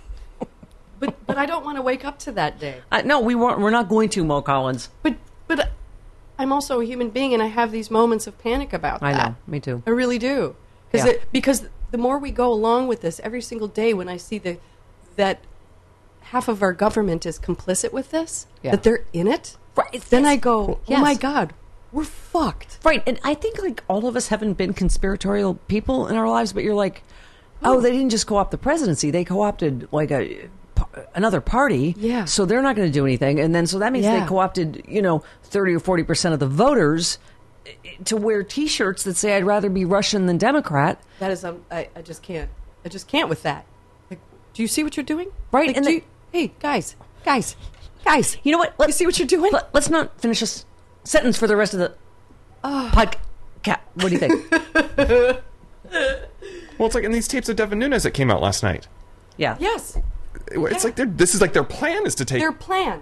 S3: but but I don't want to wake up to that day.
S1: I, no, we weren't. We're not going to Mo Collins.
S3: But but I'm also a human being, and I have these moments of panic about
S1: I
S3: that.
S1: know. Me too.
S3: I really do. Because
S1: Yeah.
S3: because the more we go along with this, every single day when I see the that half of our government is complicit with this,
S1: Yeah.
S3: that they're in it,
S1: Right.
S3: then I go,
S1: Yes.
S3: oh my god, we're fucked.
S1: Right. And I think like all of us haven't been conspiratorial people in our lives, but you're like, oh, they didn't just co opt the presidency. They co opted like a another party.
S3: Yeah.
S1: So they're not going to do anything. And then so that means they
S3: Yeah.
S1: co opted, you know, 30 or 40% of the voters eh, to wear t shirts that say, I'd rather be Russian than Democrat.
S3: That is, um, I, I just can't. I just can't with that. Like, do you see what you're doing?
S1: Right,
S3: Like,
S1: and
S3: do
S1: the-
S3: you- hey, guys, guys, guys.
S1: You know what?
S3: you see what you're doing?
S1: Let, us not finish this sentence for the rest of the podcast. What do you
S3: (laughs)
S1: think?
S2: Well, it's like in these tapes of Devin Nunes that came out last night.
S1: yeah.
S3: yes,
S2: It's like they're- this is like their plan is to take
S3: their plan.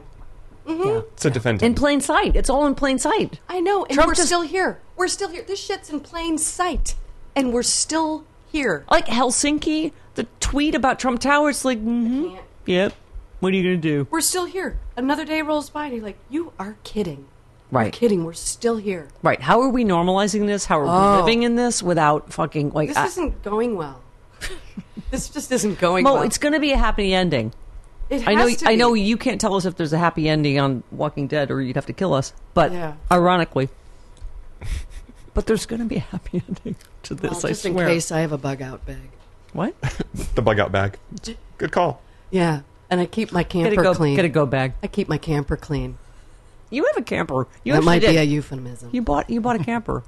S2: to defend him.
S1: In plain sight. It's all in plain sight.
S3: I know, and
S1: Trump
S3: we're
S1: just-
S3: still here. We're still here. This shit's in plain sight, and we're still here.
S1: like Helsinki, the tweet about Trump Tower, it's like, mm-hmm, yep. What are you gonna do?
S3: We're still here. Another day rolls by, and you're like, you are kidding.
S1: Right,
S3: Kidding, we're still here.
S1: right. How are we normalizing this? How are we
S3: Oh.
S1: living in this without fucking like?
S3: This
S1: I-
S3: isn't
S1: (laughs)
S3: going well. this just isn't going
S1: Mo,
S3: well.
S1: it's gonna be a happy ending.
S3: it has
S1: I know.
S3: to
S1: I
S3: be.
S1: know you can't tell us if there's a happy ending on Walking Dead, or you'd have to kill us. But
S3: Yeah. (laughs)
S1: ironically, but there's gonna be a happy (laughs) ending to this.
S3: Well,
S1: I
S3: just in
S1: swear.
S3: case, I have a bug out bag. (laughs)
S1: What?
S2: the bug out bag. Good call.
S3: Yeah, and I keep my
S1: Get a
S3: camper
S1: go.
S3: clean.
S1: Get a go bag.
S3: I keep my camper clean.
S1: You have a camper. You
S3: that
S1: actually
S3: might
S1: did.
S3: be a euphemism.
S1: you bought. You bought a camper.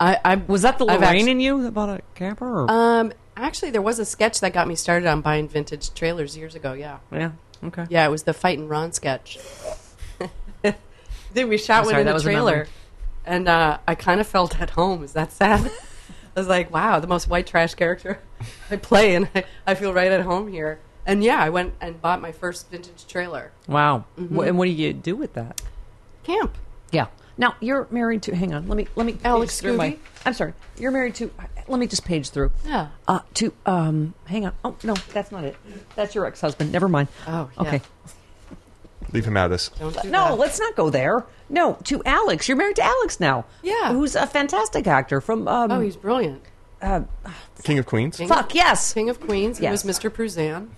S3: I, I
S1: Was that the
S3: I've
S1: Lorraine
S3: actu-
S1: in you that bought a camper? Or?
S3: Um, actually, there was a sketch that got me started on buying vintage trailers years ago. Yeah.
S1: yeah. Okay.
S3: Yeah, it was the fight and Ron sketch. (laughs) Dude, we shot
S1: I'm
S3: one
S1: sorry,
S3: in
S1: that
S3: the
S1: was a
S3: trailer,
S1: memory.
S3: and uh, I kind of felt at home. Is that sad? (laughs) I was like, wow, the most white trash character (laughs) I play, and I, I feel right at home here. And yeah, I went and bought my first vintage trailer.
S1: Wow. Wh- and what do you do with that?
S3: Camp.
S1: Mm-hmm. Yeah. Now you're married to. Hang on. Let me. Let me.
S3: Alex
S1: page through my-
S3: Scooby?
S1: I'm sorry. You're married to. Let me just page through.
S3: Yeah.
S1: Uh, to um. Hang on. Oh no, that's not it. That's your ex-husband. Never mind.
S3: Oh, yeah.
S1: Okay.
S2: Leave him out of this.
S3: Don't do
S1: No,
S3: that.
S1: let's not go there. No, to Alex. You're married to Alex now.
S3: Yeah.
S1: Who's a fantastic actor from. Um,
S3: Oh, he's brilliant.
S2: King of Queens.
S1: fuck yes.
S3: King of Queens.
S1: Yes.
S3: It was Mr. Pruzan.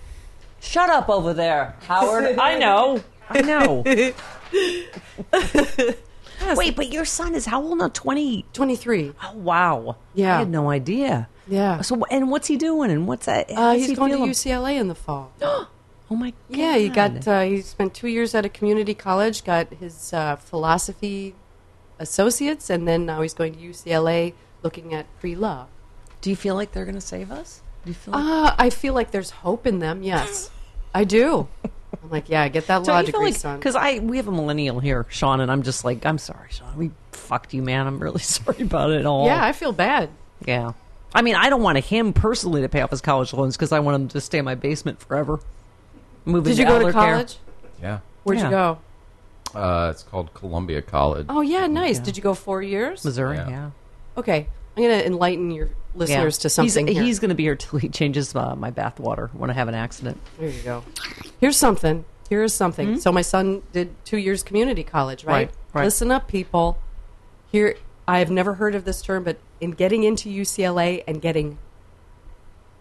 S1: Shut up over there,
S3: (laughs)
S1: Howard. I know. I know. Wait, but your son is how old now? Twenty. (gasps)
S3: 23.
S1: Oh, wow.
S3: Yeah.
S1: I had no idea.
S3: Yeah.
S1: So, and what's he doing? And what's that?
S3: Uh,
S1: how's
S3: he's
S1: he
S3: going
S1: feeling?
S3: to UCLA in the fall.
S1: Oh, my God.
S3: Yeah, he got. Uh, he spent two years at a community college, got his uh, philosophy associates, and then now he's going to UCLA looking at pre law.
S1: Do you feel like they're going to save us? Do you feel like.
S3: Uh, I feel like there's hope in
S1: (gasps)
S3: them. Yes, I do. I'm like, yeah, get that
S1: Don't
S3: law
S1: you feel
S3: degree,
S1: like
S3: son.
S1: because I we have a millennial here, Sean, and I'm just like I'm sorry, Sean. We fucked you, man. I'm really (laughs) sorry about it all.
S3: Yeah, I feel bad.
S1: yeah. I mean, I don't want him personally to pay off his college loans because I want him to stay in my basement forever. Moving
S3: Did you
S1: to
S3: go to
S1: elder care.
S3: college?
S4: Yeah.
S3: Where'd
S1: Yeah.
S3: you go?
S4: Uh, it's called Columbia College.
S3: Oh yeah, nice. Did you go four years?
S1: Missouri? Yeah.
S4: Yeah.
S3: Okay, I'm gonna enlighten your
S1: Yeah.
S3: listeners to something.
S1: He's,
S3: here.
S1: he's going to be here till he changes uh, my bath water when I have an accident.
S3: There you go. Here's something. Here is something. So my son did two years community college, right?
S1: Hmm? Right, right.
S3: Listen up, people. Here, I have never heard of this term, but in getting into UCLA and getting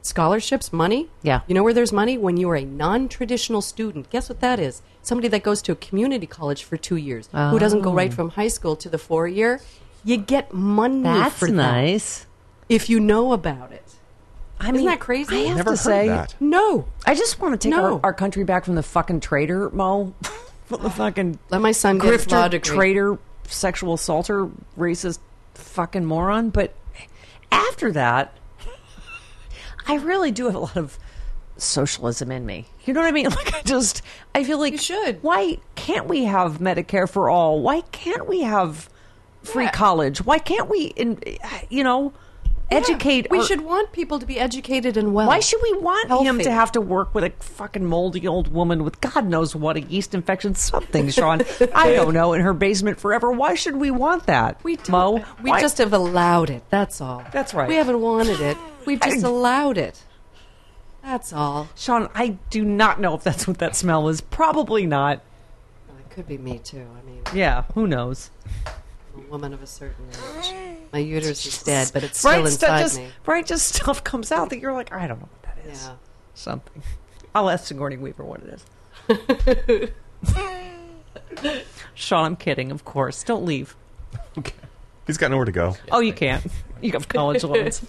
S3: scholarships, money.
S1: Yeah.
S3: You know where there's money when you are a non-traditional student. Guess what that is? Somebody that goes to a community college for two years, who doesn't go
S1: Oh.
S3: right from high school to the four year. You get money.
S1: That's
S3: for that
S1: nice.
S3: if you know about it.
S1: I
S3: Isn't
S1: mean,
S3: that crazy?
S1: I have
S2: Never
S1: to
S2: heard
S1: say,
S2: that.
S3: No.
S1: I just want to take
S3: No.
S1: our, our country back from the fucking traitor, Mo. (laughs) from the fucking
S3: Let my son get his law
S1: grifter,
S3: degree.
S1: traitor, sexual assaulter, racist fucking moron. But after that, (laughs) I really do have a lot of socialism in me. You know what I mean? (laughs) Like I just, I feel like
S3: You should.
S1: Why can't we have Medicare for all? Why can't we have free
S3: Yeah.
S1: college? Why can't we? In, you know. Educate.
S3: We
S1: our-
S3: should want people to be educated and well.
S1: Why should we want him
S3: Healthy.
S1: to have to work with a fucking moldy old woman with God knows what a yeast infection, something, Sean?
S3: (laughs)
S1: I don't know, in her basement forever. Why should we want that?
S3: We don't,
S1: Mo,
S3: we
S1: why-
S3: just have allowed it. That's all.
S1: That's right.
S3: We haven't wanted it. We've (laughs) just
S1: I-
S3: allowed it. That's all.
S1: Sean, I do not know if that's what that smell is. Probably not.
S3: It could be me too. I mean,
S1: Yeah, who knows?
S3: I'm a woman of a certain age. My uterus is dead, but it's
S1: right,
S3: still inside
S1: just,
S3: me.
S1: Right, just stuff comes out that you're like, I don't know what that is.
S3: Yeah.
S1: Something. I'll ask Sigourney Weaver what it is.
S3: (laughs)
S1: Sean, I'm kidding, of course. Don't leave.
S2: He's got nowhere to go.
S1: Oh, you can't. You have
S3: (laughs)
S1: college loans.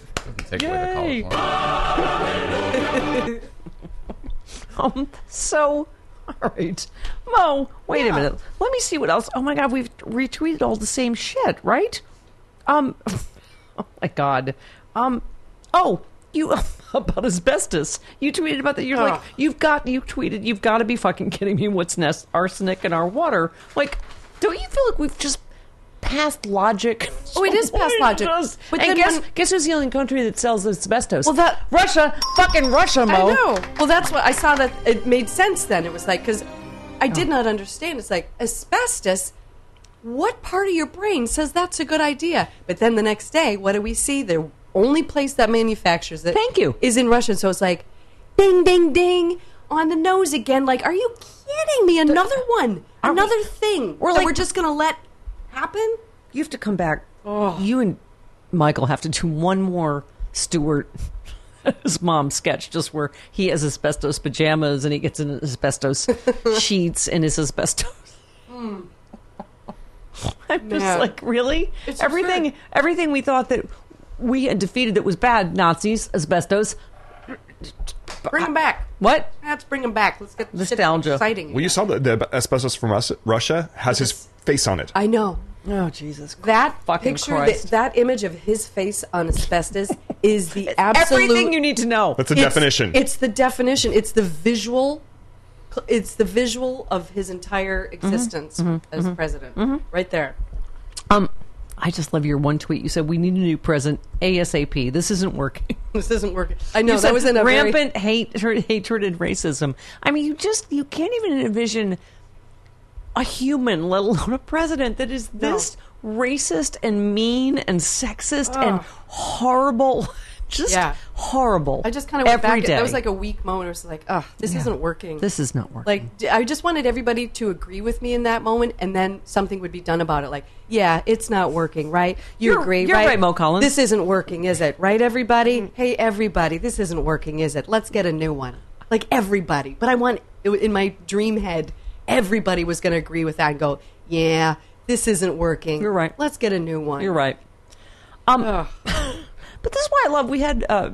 S4: Take away the college
S1: Yay.
S4: loan.
S1: Um, so, all right. Mo, wait a minute. Let me see what else. Oh my God, we've retweeted all the same shit, right? Um, (laughs) oh my God. Um, oh, you (laughs) about asbestos. You tweeted about that. You're like,
S3: Ugh.
S1: you've got, you tweeted, you've got to be fucking kidding me. What's nest arsenic in our water? Like, don't you feel like we've just passed logic?
S3: Oh,
S1: (laughs)
S3: it is past logic.
S1: But
S3: But
S1: and
S3: then
S1: guess,
S3: when-
S1: guess who's the only country that sells asbestos?
S3: Well, that-
S1: Russia, fucking Russia, Mo.
S3: I know. Well, that's what I saw that it made sense then. It was like, because I did
S1: Oh.
S3: not understand. It's like, asbestos, what part of your brain says that's a good idea? But then the next day, what do we see? The only place that manufactures it.
S1: Thank you.
S3: Is in Russia. So it's like, ding, ding, ding, on the nose again. Like, are you kidding me? Another one.
S1: Are we-
S3: Another thing.
S1: We're
S3: that
S1: like-
S3: we're just going to let happen?
S1: You have to come back. You and Michael have to do one more Stewart (laughs) his mom sketch just where he has asbestos pajamas and he gets in
S3: (laughs)
S1: asbestos sheets and his asbestos. (laughs) I'm
S3: Hmm. Yeah.
S1: just like, really?
S3: It's
S1: everything
S3: absurd.
S1: everything we thought that we had defeated that was bad, Nazis, asbestos.
S3: Bring them back.
S1: What?
S3: Let's bring them back. Let's get this shit
S1: Nostalgia.
S3: exciting.
S2: Well, you saw the, the asbestos from Russia, Russia has his face on it.
S3: I know.
S1: Oh Jesus
S3: That
S1: fucking
S3: picture,
S1: Christ.
S3: that, that image of his face on
S1: (laughs)
S3: asbestos is the absolute.
S1: Everything you need to know.
S2: That's a
S3: It's-
S2: definition.
S3: It's the definition. It's the visual. It's the visual of his entire existence
S1: Mm-hmm.
S3: as president. Right there.
S1: Um I just love your one tweet. You said we need a new president ASAP. This isn't working. (laughs)
S3: This isn't working. I (laughs) know
S1: You
S3: that
S1: said
S3: was in a very-
S1: rampant hatred, (laughs) hatred and racism. I mean, you just you can't even envision a human, let alone a president, that is this racist and mean and sexist and horrible. (laughs) Just
S3: Yeah.
S1: horrible.
S3: I just kind of went
S1: every
S3: back. That
S1: day.
S3: was like a weak moment. I was like, "Ugh, this isn't working."
S1: This is not working.
S3: Like, d- I just wanted everybody to agree with me in that moment, and then something would be done about it. Like, yeah, it's not working, right? You
S1: You're-
S3: agree,
S1: you're
S3: right?
S1: right, Mo Collins.
S3: This isn't working, is it? Right, everybody? Hey, everybody, this isn't working, is it? Let's get a new one. Like everybody, but I want in my dream head, everybody was going to agree with that and go, yeah, this isn't working.
S1: You're right.
S3: Let's get a new one.
S1: You're right. Um, (laughs) but this is why I love. We had uh,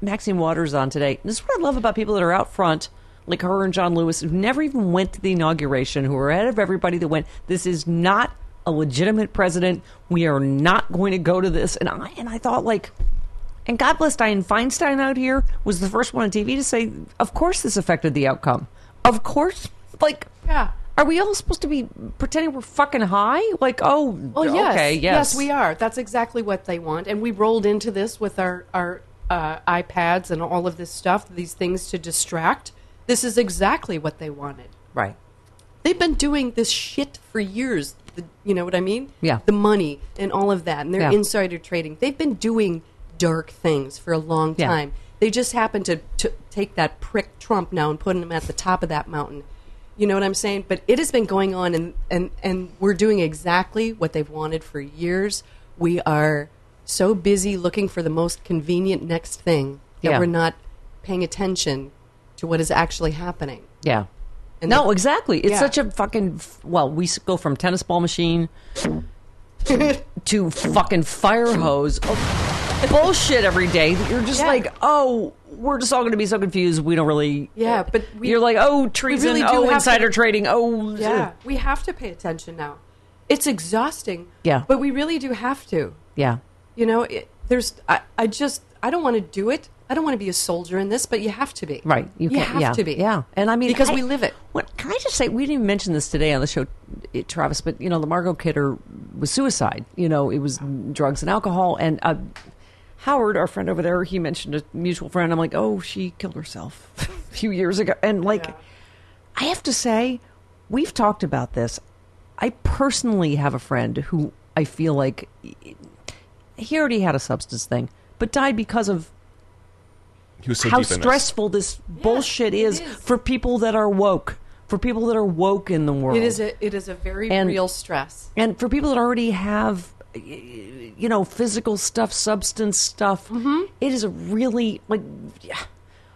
S1: Maxine Waters on today. This is what I love about people that are out front, like her and John Lewis, who never even went to the inauguration, who are ahead of everybody that went. This is not a legitimate president. We are not going to go to this. And I and I thought like. And God bless Diane Feinstein out here was the first one on TV to say, "Of course, this affected the outcome. Of course, like,
S3: Yeah.
S1: are we all supposed to be pretending we're fucking high? Like, oh,
S3: Well, yes.
S1: okay, yes,
S3: we are. That's exactly what they want. And we rolled into this with our, our uh, iPads and all of this stuff, these things to distract. This is exactly what they wanted.
S1: Right.
S3: They've been doing this shit for years. The, you know what I mean?
S1: Yeah.
S3: The money and all of that and their
S1: Yeah.
S3: insider trading. They've been doing dark things for a long
S1: Yeah.
S3: time. They just happen to, to take that prick Trump now and put him at the top of that mountain. You know what I'm saying? But it has been going on, and, and, and we're doing exactly what they've wanted for years. We are so busy looking for the most convenient next thing that
S1: Yeah.
S3: we're not paying attention to what is actually happening.
S1: Yeah.
S3: And
S1: no,
S3: the-
S1: exactly. It's
S3: Yeah.
S1: such a fucking f- well. We s- go from tennis ball machine to fucking fire hose of bullshit every day. That you're just
S3: Yeah.
S1: like, oh, we're just all going to be so confused. We don't really.
S3: Yeah, but we-
S1: you're like, oh,
S3: we
S1: treason.
S3: really do have
S1: oh,
S3: to-
S1: insider trading. Oh,
S3: Yeah,
S1: ugh."
S3: we have to pay attention now. It's exhausting.
S1: Yeah.
S3: but we really do have to.
S1: yeah.
S3: You know, it, there's. I, I just. I don't want to do it. I don't want to be a soldier in this, but you have to be.
S1: Right.
S3: You,
S1: can't-
S3: have
S1: yeah,
S3: to be.
S1: Yeah. And I mean,
S3: because
S1: I-
S3: we live it.
S1: What, can I just say, we didn't even mention this today on the show, eh, Travis, but, you know, the Margot Kidder was suicide. You know, it was drugs and alcohol. And uh, Howard, our friend over there, he mentioned a mutual friend. I'm like, oh, she killed herself (laughs) a few years ago. And like, I have to say, we've talked about this. I personally have a friend who I feel like he already had a substance thing, but died because of
S2: He was so
S1: how
S2: deep in this.
S1: stressful this bullshit is,
S3: is.
S1: for people that are woke, for people that are woke in the world.
S3: It is a it is a very
S1: And-
S3: real stress.
S1: and for people that already have y- y- you know physical stuff substance stuff
S3: Mm-hmm.
S1: it is a really like yeah,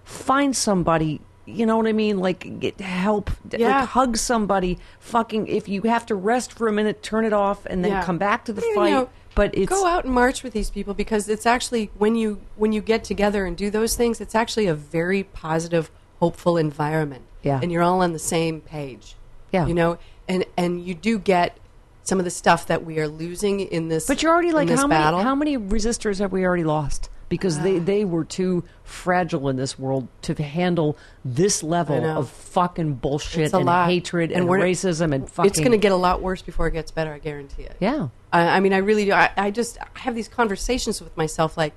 S1: find somebody you know what i mean like get help d-
S3: Yeah.
S1: like hug somebody fucking if you have to rest for a minute turn it off and then
S3: Yeah.
S1: come back to the
S3: You
S1: fight
S3: know,
S1: but it's
S3: go out and march with these people because it's actually when you when you get together and do those things, it's actually a very positive, hopeful environment.
S1: Yeah.
S3: and you're all on the same page.
S1: Yeah.
S3: you know, and and you do get some of the stuff that we are losing in this.
S1: But you're already
S3: in
S1: like
S3: this
S1: how
S3: battle. Ah.
S1: many how many resistors have we already lost? Because they, they were too fragile in this world to handle this level
S3: know.
S1: of fucking bullshit
S3: It's a
S1: and
S3: lot.
S1: hatred and,
S3: we're-
S1: racism and fucking
S3: It's going to get a lot worse before it gets better. I guarantee it.
S1: yeah
S3: I, I mean, I really do. I, I just I have these conversations with myself, like,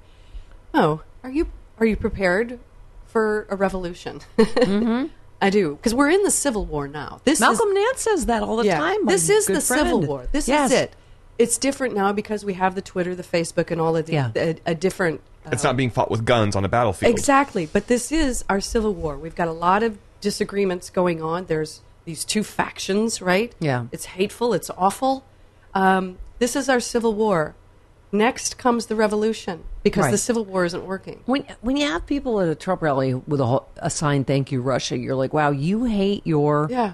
S3: oh, are you are you prepared for a revolution? (laughs) I do because we're in the civil war now. This
S1: Mm-hmm. Malcolm
S3: is,
S1: Nance says that all the
S3: yeah,
S1: time. my
S3: This is
S1: good
S3: the
S1: friend.
S3: civil war. This
S1: Yes.
S3: is it. It's different now because we have the Twitter, the Facebook, and all of the
S1: Yeah.
S3: a, a different. uh,
S2: It's not being fought with guns on a battlefield.
S3: Exactly. But this is our civil war. We've got a lot of disagreements going on. There's these two factions, right?
S1: Yeah.
S3: It's hateful. It's awful. Um, this is our civil war. Next comes the revolution because
S1: Right.
S3: the civil war isn't working.
S1: When when you have people at a Trump rally with a, whole- a sign "Thank you Russia," you're like, "Wow, you hate your
S3: Yeah.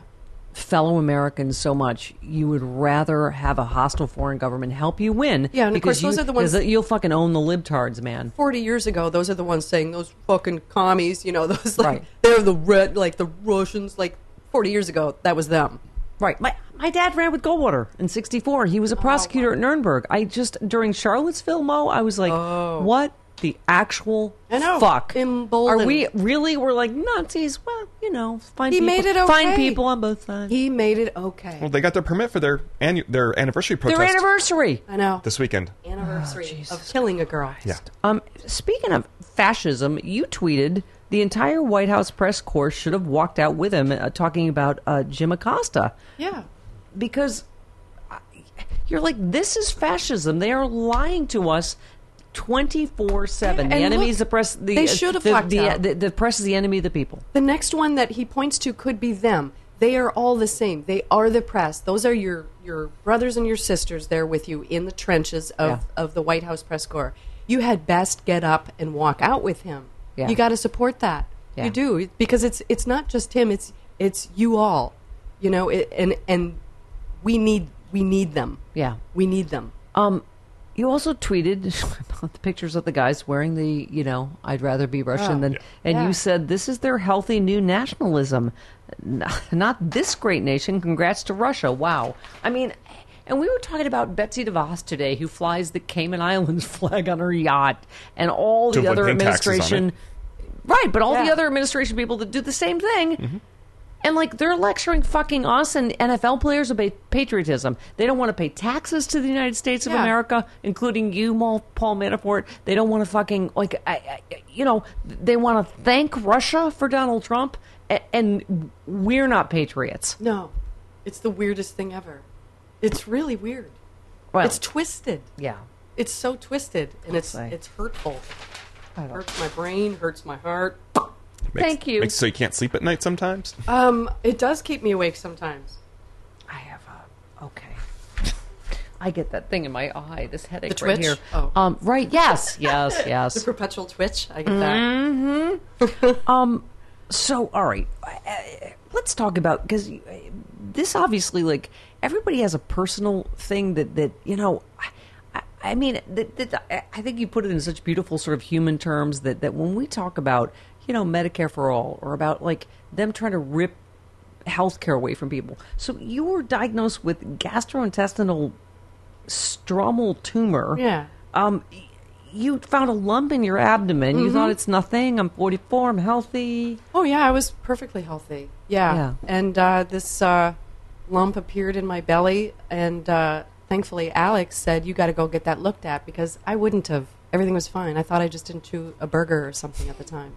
S1: fellow Americans so much, you would rather have a hostile foreign government help you win."
S3: Yeah, and of
S1: because
S3: course those
S1: you-
S3: are the ones-
S1: because You'll fucking own the libtards, man.
S3: 40 years ago, those are the ones saying those fucking commies, you know, (laughs) those like,
S1: Right.
S3: they're the red, like the Russians, like 40 years ago, that was them.
S1: Right. My my dad ran with Goldwater in '64. He was a prosecutor at Nuremberg. I just during Charlottesville, Mo, I was like, what the actual
S3: I know.
S1: fuck?
S3: Emboldened.
S1: Are we really? We're like Nazis? Well, you know, find
S3: He
S1: people,
S3: made it
S1: Find
S3: okay.
S1: people on both sides.
S3: He made it okay.
S2: Well, they got their permit for their annu- their anniversary protest
S1: Their anniversary.
S3: I know.
S2: this weekend.
S1: Oh,
S3: anniversary of killing a girl.
S2: Yeah.
S1: Um, speaking of fascism, you tweeted the entire White House press corps should have walked out with him, uh, talking about uh, Jim Acosta.
S3: Yeah.
S1: because I- you're like this is fascism they are lying to us 24/7 the
S3: Yeah, and
S1: enemy
S3: look,
S1: is the press the uh,
S3: they should have
S1: the,
S3: walked
S1: the,
S3: out.
S1: the- the press is the enemy of the people
S3: The next one that he points to could be them. They are all the same. They are the press. Those are your, your brothers and your sisters there with you in the trenches of,
S1: Yeah.
S3: of the White House press corps. You had best get up and walk out with him.
S1: Yeah.
S3: You got to support that.
S1: Yeah.
S3: You do because it's it's not just him. It's it's you all. You know, it, and and we need we need them.
S1: Yeah.
S3: we need them.
S1: um you also tweeted (laughs) about the pictures of the guys wearing the you know I'd rather be Russian
S2: Oh,
S1: than and
S3: Yeah.
S1: you said this is their healthy new nationalism N- (laughs) not this great nation congrats to Russia wow I mean and we were talking about Betsy DeVos today, who flies the Cayman Islands (laughs) flag on her yacht, and all
S2: To
S1: the
S2: avoid
S1: other
S2: paying taxes on it.
S1: administration Right, but all the
S3: Yeah. Mm-hmm.
S1: other administration people that do the same thing. And like they're lecturing fucking us and NFL players about patriotism. They don't want to pay taxes to the United States of
S3: Yeah.
S1: America, including you, Mal- Paul Manafort. They don't want to fucking like, I, I, you know, they want to thank Russia for Donald Trump, a- and we're not patriots.
S3: No, it's the weirdest thing ever. It's really weird.
S1: Well,
S3: It's twisted.
S1: yeah,
S3: It's so twisted and it's
S1: say.
S3: it's hurtful. Hurts my brain, hurts my heart.
S2: Makes-
S1: Thank you.
S2: Makes it so you can't sleep at night sometimes.
S3: Um, it does keep me awake sometimes.
S1: I have a okay. (laughs) I get that thing in my eye, this headache
S3: The
S1: right
S3: twitch?
S1: here.
S3: Oh.
S1: Um, right? Yes, yes, (laughs) yes.
S3: The perpetual twitch, I get that.
S1: So, all right, uh, let's talk about because this obviously, like everybody has a personal thing that that you know. I, I mean, that, that, I I think you put it in such beautiful sort of human terms that that when we talk about you know Medicare for all or about like them trying to rip health care away from people. So you were diagnosed with gastrointestinal stromal tumor.
S3: Yeah.
S1: Um. y- You found a lump in your abdomen. You thought it's nothing. I'm 44. I'm healthy.
S3: Oh yeah, I was perfectly healthy. Yeah.
S1: Yeah.
S3: And uh, this uh, lump appeared in my belly and uh, thankfully Alex said you got to go get that looked at because I wouldn't have Everything was fine. I thought I just didn't chew a burger or something at the time.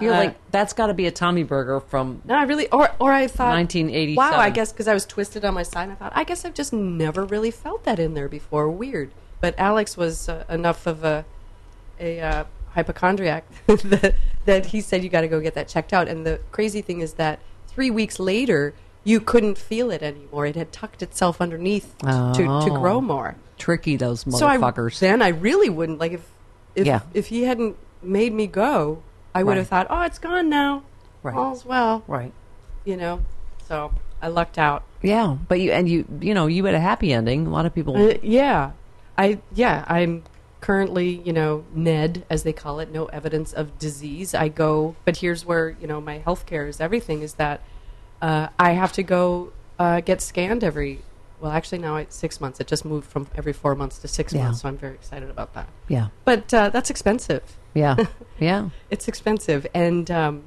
S1: You're
S3: Uh,
S1: like, that's got to be a Tommy Burger from.
S3: No, I really, or or I thought
S1: 1987.
S3: Wow, I guess because I was twisted on my side, and I thought I guess I've just never really felt that in there before. Weird, but Alex was uh, enough of a a uh, hypochondriac (laughs) that, that he said you got to go get that checked out. And the crazy thing is that three weeks later, you couldn't feel it anymore. It had tucked itself underneath t- to to
S1: Oh.
S3: grow more.
S1: Tricky, those
S3: So I
S1: motherfuckers.
S3: then I really wouldn't like if if
S1: Yeah.
S3: if he hadn't made me go, I would have thought, oh, it's gone now.
S1: Right.
S3: All's well
S1: right.
S3: you know. So I lucked out.
S1: Yeah, but you and you, you know, you had a happy ending. A lot of people.
S3: Uh, yeah, I yeah I'm currently you know Ned as they call it, no evidence of disease. I go, but here's where you know my health care is everything. Is that uh, I have to go uh, get scanned every. Well, actually, now it's six months. It just moved from every four months to six
S1: Yeah.
S3: months, so I'm very excited about that.
S1: yeah,
S3: But uh, that's expensive. (laughs)
S1: yeah, yeah.
S3: It's expensive, and um,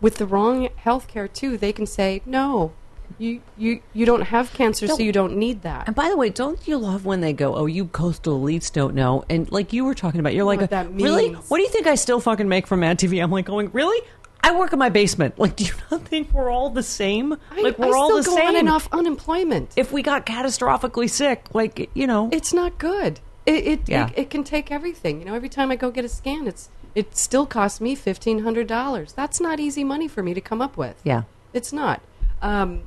S3: with the wrong health care too, they can say no. You, you you don't have cancer, so
S1: No.
S3: you don't need that.
S1: And by the way, don't you love when they go, "Oh, you coastal elites don't know," and like you were talking about, you're like,
S3: what that
S1: "Really?
S3: means."
S1: What do you think I still fucking make from Mad TV?" I'm like, going, "Really? I work in my basement. Like, (laughs) do you not think we're all the same?
S3: I,
S1: like,
S3: I
S1: we're all
S3: still
S1: the
S3: go
S1: same."
S3: on and off unemployment.
S1: If we got catastrophically sick, like you know,
S3: it's not good. It it,
S1: Yeah.
S3: it it can take everything. You know, every time I go get a scan, it's it still costs me fifteen hundred dollars. That's not easy money for me to come up with.
S1: Yeah.
S3: it's not. Um,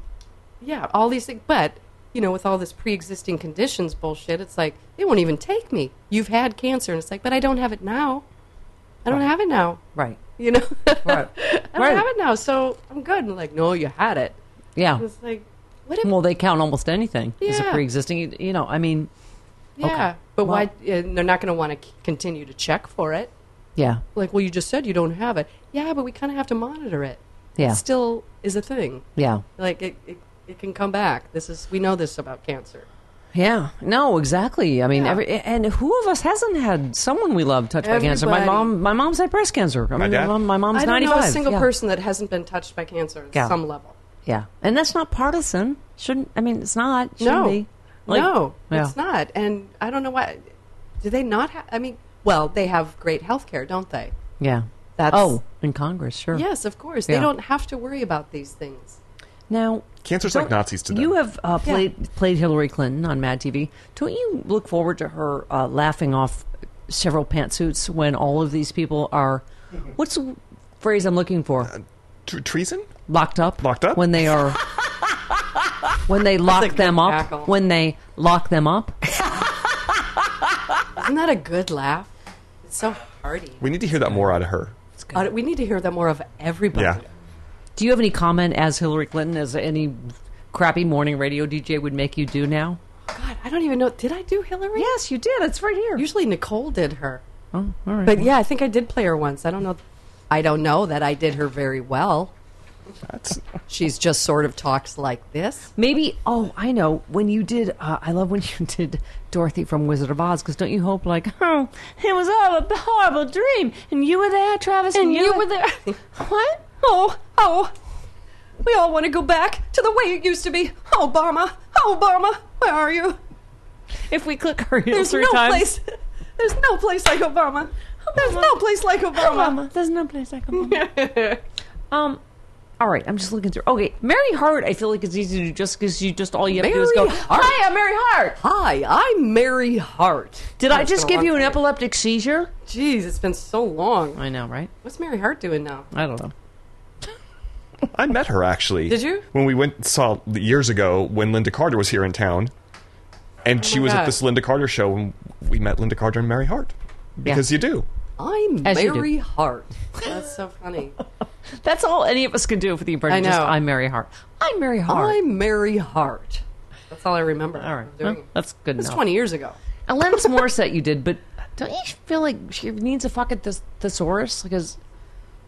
S3: yeah, all these things, but you know, with all this pre-existing conditions bullshit, it's like they won't even take me. You've had cancer, and it's like, but I don't have it now. I don't have it now.
S1: right?
S3: You know, (laughs)
S1: Right.
S3: I don't
S1: Right.
S3: have it now, so I'm good. And like, no, you had it.
S1: Yeah.
S3: It's like, what if
S1: Well, they count almost anything as a
S3: Yeah.
S1: pre-existing. you- You know, I mean,
S3: Yeah,
S1: Okay.
S3: but
S1: Well-
S3: why? And they're not going to want to c- continue to check for it.
S1: yeah,
S3: Like, well, you just said you don't have it. Yeah, but we kind of have to monitor it.
S1: Yeah.
S3: it still is a thing.
S1: yeah.
S3: Like it, it, it can come back. This is we know this about cancer.
S1: Yeah. No, exactly. I mean,
S3: Yeah.
S1: every and who of us hasn't had someone we love touched by cancer? My
S3: Everybody.
S1: mom, my mom's had breast cancer. I mean,
S2: dad.
S1: mom, my mom's
S3: I don't
S1: ninety-five.
S3: know a single
S1: yeah.
S3: person that hasn't been touched by cancer at
S1: Yeah.
S3: some level.
S1: Yeah, and that's not partisan. Shouldn't I mean? It's not. Shouldn't
S3: no,
S1: be. Like,
S3: no,
S1: yeah.
S3: it's not. And I don't know why. Do they not have? I mean, well, they have great health care, don't they?
S1: Yeah.
S3: That's-
S1: oh, in Congress, sure.
S3: Yes, of course.
S1: Yeah.
S3: They don't have to worry about these things.
S1: Now,
S2: Cancer's
S1: don't-
S2: like Nazis to them.
S1: You have uh, played played Hillary Clinton on Mad TV. Don't you look forward to her uh, laughing off several pantsuits when all of these people are? What's the phrase I'm looking for?
S2: Tre- treason?
S1: locked up.
S2: Locked up?
S1: When they are. when they lock
S3: good
S1: them up.
S3: cackle.
S1: When they lock them up.
S3: Isn't that a good laugh? It's so hearty.
S2: We need to hear that more out of her.
S3: Uh, we need to hear that more of everybody.
S2: Yeah.
S1: Do you have any comment as Hillary Clinton as any crappy morning radio DJ would make you do now?
S3: God, I don't even know. Did I do Hillary?
S1: Yes, you did. It's right here.
S3: Usually Nicole did her. Oh, all right. But yeah, I think I did play her once. I don't know. I don't know that I did her very well.
S2: That's
S3: She's just sort of talks like this.
S1: Maybe. Oh, I know. When you did, uh, I love when (laughs) you did Dorothy from Wizard of Oz. Because don't you hope like, (laughs) oh, it was all a horrible dream, and you were there, Travis, and,
S3: You were there.
S1: (laughs)
S3: what? Oh, oh. We all want to go back to the way it used to be. Obama, Obama, where are you?
S1: If we click her heels
S3: There's
S1: three
S3: no
S1: times,
S3: place. There's no place like Obama. There's no place like Obama.
S1: Mama, there's no place I can.
S3: (laughs)
S1: um. All right, I'm just looking through. Okay, Mary Hart. I feel like it's easy to do just because you just all you have to do is go.
S3: Mary Hart.
S1: Hi, I'm Mary Hart.
S3: Hi, I'm Mary Hart.
S1: Did I just
S3: gonna
S1: give
S3: walk
S1: you an
S3: right-
S1: epileptic seizure?
S3: Jeez, it's been so long.
S1: I know, right?
S3: What's Mary Hart doing now?
S1: I don't know.
S2: I met her actually.
S3: Did you?
S2: When we went and saw years ago when Linda Carter was here in town, and she was at
S3: God.
S2: this Linda Carter show, and we met Linda Carter and Mary Hart because you do.
S3: I'm
S1: As you do.
S3: Mary Hart. That's so
S1: (laughs)
S3: funny.
S1: That's all any of us can do for the impression.
S3: I
S1: Just,
S3: know.
S1: I'm Mary Hart. I'm Mary Hart.
S3: I'm Mary Hart. That's all I remember.
S1: All right.
S3: doing.
S1: Well, that's good
S3: That's
S1: enough.
S3: 20 years ago.
S1: Alanis Morissette, you did, but don't you feel like she needs a fucking thes- thesaurus? Because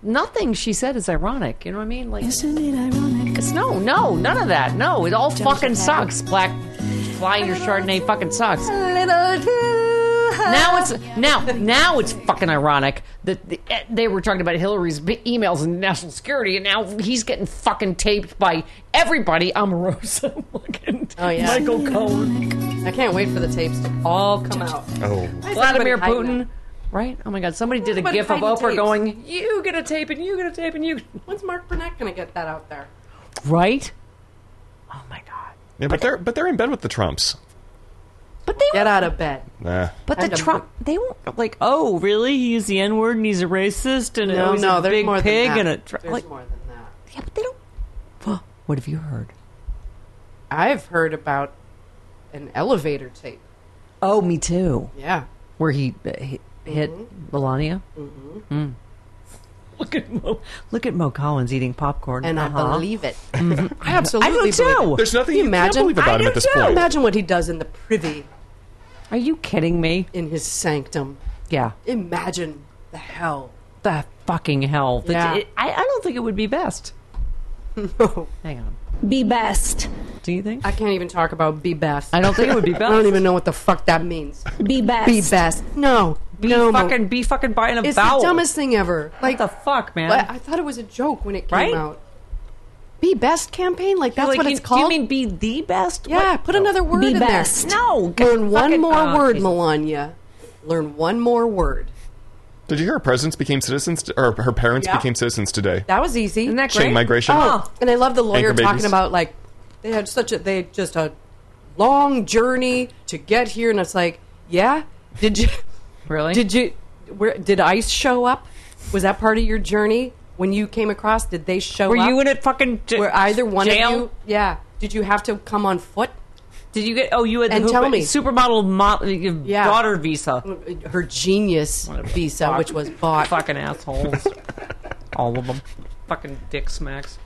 S1: nothing she said is ironic. You know what I mean? Like, isn't it ironic? It's no, no, none of that. No, it all fucking sucks. Black flying your Chardonnay fucking sucks. Now it's now now it's fucking ironic.
S5: that the, eh, they were talking about Hillary's b- emails and national security, and now he's getting fucking taped by everybody.
S1: (laughs)
S5: Omarosa, looking
S3: Oh, yeah.
S5: Michael Cohen,
S3: I can't wait for the tapes to all come out.
S2: Oh,
S5: Vladimir
S3: everybody hiding
S5: Putin.
S3: it?
S5: Right? Oh my God! Somebody did a
S3: Everybody
S5: gif of
S3: hiding
S5: Oprah
S3: tapes.
S5: going, "You get a tape and you get a tape and
S1: (laughs)
S5: you."
S3: When's Mark Burnett going to get that out there?
S5: Right? Oh my God!
S2: yeah, but they're but they're in bed with the Trumps.
S5: But they
S3: Get out of bed.
S2: Nah.
S1: But the
S3: Kind of-
S1: Trump, they won't like. Oh, really? He used the N word and he's a racist and oh,
S3: No,
S1: he's
S3: no,
S1: a
S3: there's
S1: big
S3: more
S1: pig
S3: than that.
S1: and a tr-
S3: there's
S1: like.
S3: more than that.
S1: Yeah, but they don't. Huh, What have you heard?
S3: I've heard about an elevator tape.
S1: Oh, me too.
S3: Yeah.
S1: Where he uh, hit, hit Melania. Mm-hmm. Look at Mo, look at Mo Collins eating popcorn.
S3: And
S1: Uh-huh. Mm-hmm.
S3: I
S1: (laughs)
S3: believe it. (laughs) I absolutely
S1: I do
S3: believe
S1: too.
S3: it.
S2: There's nothing
S3: Can
S2: you can't believe about
S3: I
S2: him
S3: do
S2: at this
S3: too.
S2: point.
S3: Imagine what he does in the privy
S1: Are you kidding me?
S3: in his sanctum.
S1: Yeah.
S3: Imagine the hell.
S1: The fucking hell. The-
S3: Yeah.
S1: it- I, I don't think it would be best. Hang on.
S6: Be best.
S1: Do you think?
S3: I (laughs) can't even talk about be best.
S1: I don't think it would be best.
S3: I don't even know what the fuck that means.
S6: Be best.
S3: Be best. No.
S1: be
S3: no, Mo.
S1: fucking be fucking buying a
S3: It's
S1: vowel.
S3: the dumbest thing ever.
S1: Like
S3: Like
S1: the fuck, man.
S3: I, I thought it was a joke when it came
S1: Right?
S3: out. Be best campaign, like that's
S1: Like,
S3: what
S1: you-
S3: it's called.
S1: Do you mean be the best?
S3: yeah,
S1: What?
S3: put another word
S6: Be
S3: in
S6: best.
S3: there.
S1: No,
S3: Learn one
S1: fucking-
S3: more
S1: oh,
S3: word,
S1: Jesus.
S3: Melania. Learn one more word.
S2: Did you hear her presidents became citizens, t- or her parents
S3: Yeah.
S2: became citizens today?
S3: That was easy.
S1: Isn't that
S2: Chain
S1: great?
S2: migration.
S3: Oh, and I love the lawyer
S2: Anchor babies.
S3: talking about like they had such a they had just a long journey to get here, and it's like, yeah, did you
S1: Really?
S3: Did you where did ICE show up? Was that part of your journey when you came across? Did they show
S1: Were
S3: up?
S1: you in a fucking j-
S3: Were either one
S1: jail?
S3: of you? Yeah. Did you have to come on foot?
S1: Did you get? Oh, you had the
S3: And
S1: hoop-
S3: tell me.
S1: supermodel mo- your
S3: Yeah.
S1: daughter visa.
S3: Her genius visa, which was bought.
S1: Fucking assholes, (laughs) all of them. Fucking dick smacks.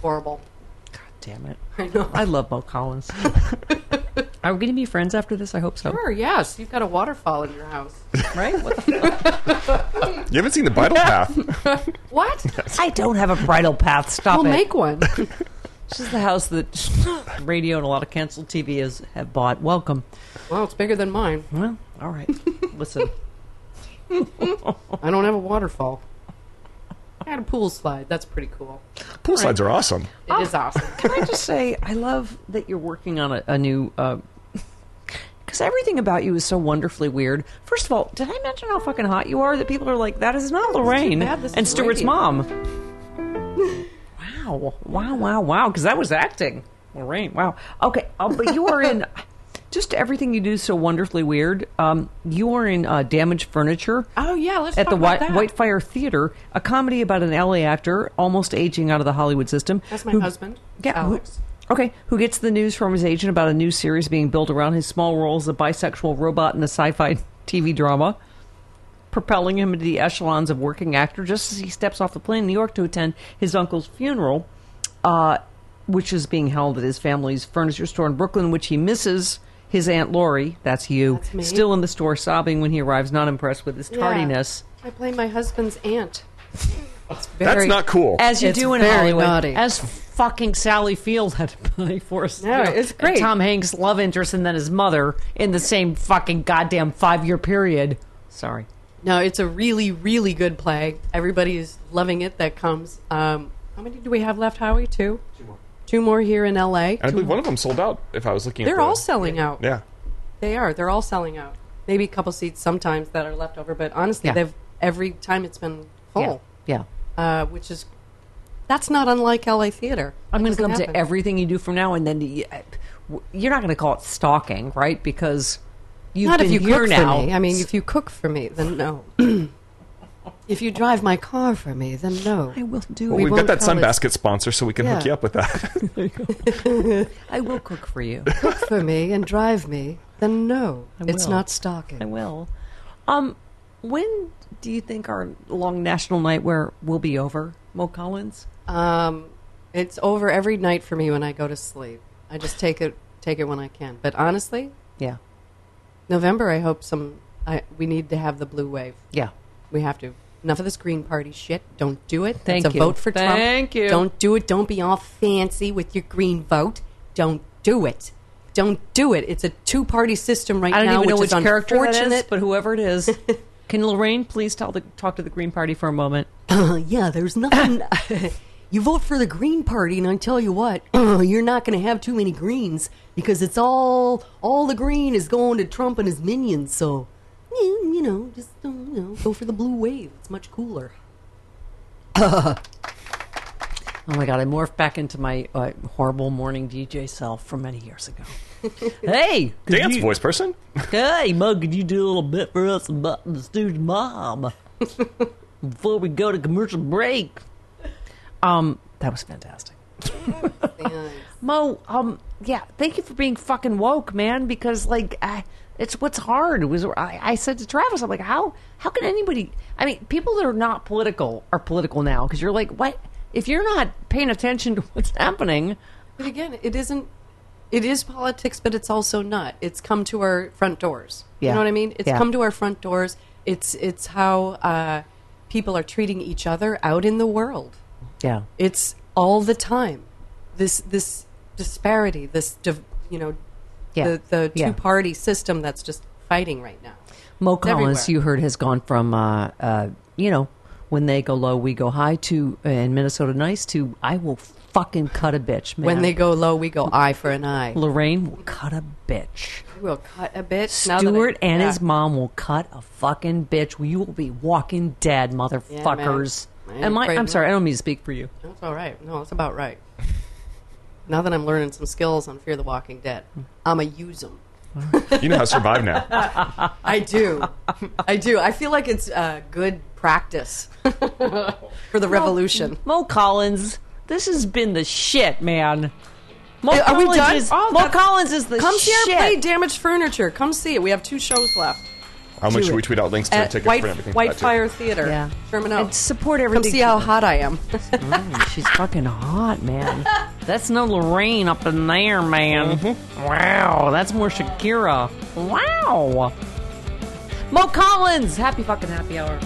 S3: Horrible.
S1: Damn it!
S3: I know.
S1: I love Bo
S3: (laughs)
S1: Collins. Are we going to be friends after this? I hope so.
S3: Sure, yes. You've got a waterfall in your house.
S1: Right? What
S3: (laughs)
S1: the fuck?
S2: You haven't seen the bridal path.
S3: What?
S1: I don't have a bridal path. Stop
S3: we'll
S1: it.
S3: make one.
S1: this is the house that (laughs) radio and a lot of canceled TV has have bought. Welcome.
S3: well, it's bigger than mine.
S1: Well, all right. Listen.
S3: I don't have a waterfall. I had a pool slide. That's pretty cool.
S2: Pool slides are awesome.
S1: Oh.
S3: It is awesome.
S1: Can I just say, I love that you're working on a, a new. uh, Because everything about you is so wonderfully weird. First of all, did I mention how fucking hot you are? That people are like, that is not Lorraine
S3: bad. This
S1: and
S3: is
S1: Stuart's
S3: radio.
S1: mom.
S3: (laughs)
S1: wow, wow, wow, wow. Because that was acting, Lorraine. Wow. Okay, uh, but you are in. (laughs) Just everything you do is so wonderfully weird. Um, you are in uh, damaged furniture
S3: Oh, yeah. Let's
S1: at the
S3: talk about
S1: White,
S3: that.
S1: Whitefire Theater, a comedy about an LA actor almost aging out of the Hollywood system.
S3: That's my
S1: who-
S3: husband,
S1: Yeah. who-
S3: Alex.
S1: okay. Who gets the news from his agent about a new series being built around his small role as a bisexual robot in a sci-fi (laughs) TV drama, propelling him into the echelons of working actor just as he steps off the plane in New York to attend his uncle's funeral, uh, which is being held at his family's furniture store in Brooklyn, which he misses. His aunt Lori, that's you,
S3: That's me.
S1: still in the store sobbing when he arrives, not impressed with his
S3: Yeah.
S1: tardiness.
S3: I play my husband's aunt. It's
S2: That's
S3: very-
S2: not cool.
S1: As you
S3: It's
S1: do in
S3: very
S1: Hollywood.
S3: naughty.
S5: As fucking Sally Field had to play for us.
S3: Yeah, it's
S5: and
S3: great.
S5: Tom Hanks' love interest and then his mother in the same fucking goddamn five year period. Sorry.
S3: No, it's a really, really good play. Everybody is loving it that comes. Um, how many do we have left, Howie? Two? Two more. Two more here in LA.
S2: And I believe one of them sold out. If I was looking, at
S3: They're
S2: the-
S3: all selling out.
S2: Yeah,
S3: They are. They're all selling out. Maybe a couple seats sometimes that are left over, but honestly,
S5: Yeah.
S3: they've every time it's been full,
S5: Yeah.
S3: uh, which is that's not unlike LA theater.
S1: I'm going to
S3: Doesn't
S1: come
S3: happen.
S1: to everything you do from now, and then you, you're not going to call it stalking, right? Because you've
S3: Not
S1: been
S3: if you
S1: here
S3: cook
S1: now.
S3: for me. I mean, if you cook for me, then
S1: (clears throat)
S3: no. if you drive my car for me, then no.
S1: I will do.
S2: well,
S1: it.
S2: we've got
S3: won't
S2: that
S3: call it-
S2: Sunbasket sponsor, so we can hook
S3: Yeah.
S2: you up with that.
S3: (laughs)
S1: I will cook for you. (laughs)
S3: cook for me and drive me, then no. It's
S1: will.
S3: not
S1: I
S3: stalking.
S1: will. Um, when do you think our long national night where will be over, Mo Collins?
S3: Um, it's over every night for me when I go to sleep. I just take it take it when I can. But honestly,
S1: Yeah,
S3: November, I hope some. I, we need to have the blue wave.
S1: yeah.
S3: We have to. Enough of this Green Party shit. Don't do it.
S1: Thank
S3: That's
S1: you.
S3: a vote for Trump.
S1: Thank you.
S3: Don't do it. Don't be all fancy with your green vote. Don't do it. Don't do it. It's a two party system right
S1: I don't
S3: now,
S1: even know
S3: which
S1: which
S3: is
S1: character that
S3: unfortunate.
S1: is, but whoever it is, (laughs) Can Lorraine please tell the, talk to the Green Party for a moment?
S3: Uh, yeah, there's (laughs) nothing. you vote for the Green Party, and I tell you what, (clears throat) you're not going to have too many Greens because it's all all the green is going to Trump and his minions. So, yeah, you know, just uh, you know, go for the blue wave. It's much cooler.
S1: Oh my God, I morphed back into my uh, horrible morning DJ self from many years (laughs) ago. hey, could
S2: Dance
S1: you-
S2: voice person.
S1: Hey, Mo, could you do a little bit for us about the Stooge Mob before we go to commercial break? Um, that was fantastic. Mo, um, yeah, thank you for being fucking woke, man. Because like, I, it's what's hard. Was I, I said to Travis, I'm like, how how can anybody? I mean, people that are not political are political now because you're like, what if you're not paying attention to what's happening?
S3: But again, it isn't. It is politics, but it's also not. It's come to our front doors.
S1: Yeah.
S3: You know what I mean? It's
S1: Yeah.
S3: come to our front doors. It's it's how uh, people are treating each other out in the world.
S1: Yeah,
S3: It's all the time. This this disparity. This div- you know,
S1: Yeah.
S3: the the
S1: Yeah.
S3: two party system that's just fighting right now.
S1: Mo
S3: It's everywhere.
S1: Collins, you heard, has gone from, uh, uh, you know, when they go low, we go high to, and Minnesota nice to, I will fucking cut a bitch, man.
S3: When they go low, we go eye for an eye.
S1: Lorraine will cut a bitch.
S3: We'll cut a bit. now that I-
S1: Stuart and his
S3: yeah.
S1: mom will cut a fucking bitch. You will be walking dead, motherfuckers.
S3: Yeah, man.
S1: Am I,
S3: Right
S1: I'm
S3: now.
S1: sorry, I don't mean to speak for you.
S3: That's all right. No, that's about right. now that I'm learning some skills on Fear the Walking Dead,
S1: Hmm.
S3: I'm a use them.
S2: You know how to survive
S3: (laughs)
S2: now.
S1: (laughs)
S3: I do. I do. I feel like it's uh, good practice (laughs) for the revolution.
S1: Mo Collins, this has been the shit, man. Mo,
S3: Are we
S1: Collins,
S3: done?
S1: Is,
S3: Oh,
S1: Mo
S3: that-
S1: Collins is the
S3: Come see
S1: shit.
S3: our play Damaged Furniture. Come see it. We have two shows left
S2: How much should we tweet out links to
S3: at
S2: tickets
S3: Uh, White,
S2: for everything? for that, too?
S3: Whitefire Theater.
S1: Yeah.
S3: Sherman
S1: And
S3: Oaks.
S1: support
S3: Come
S1: everything
S3: see
S1: she
S3: how
S1: does.
S3: hot I
S1: (laughs)
S3: am.
S1: Mm, she's fucking hot, man. (laughs) That's no Lorraine up in there, man. Wow, that's more Shakira. Wow. Mo Collins, happy fucking happy hour.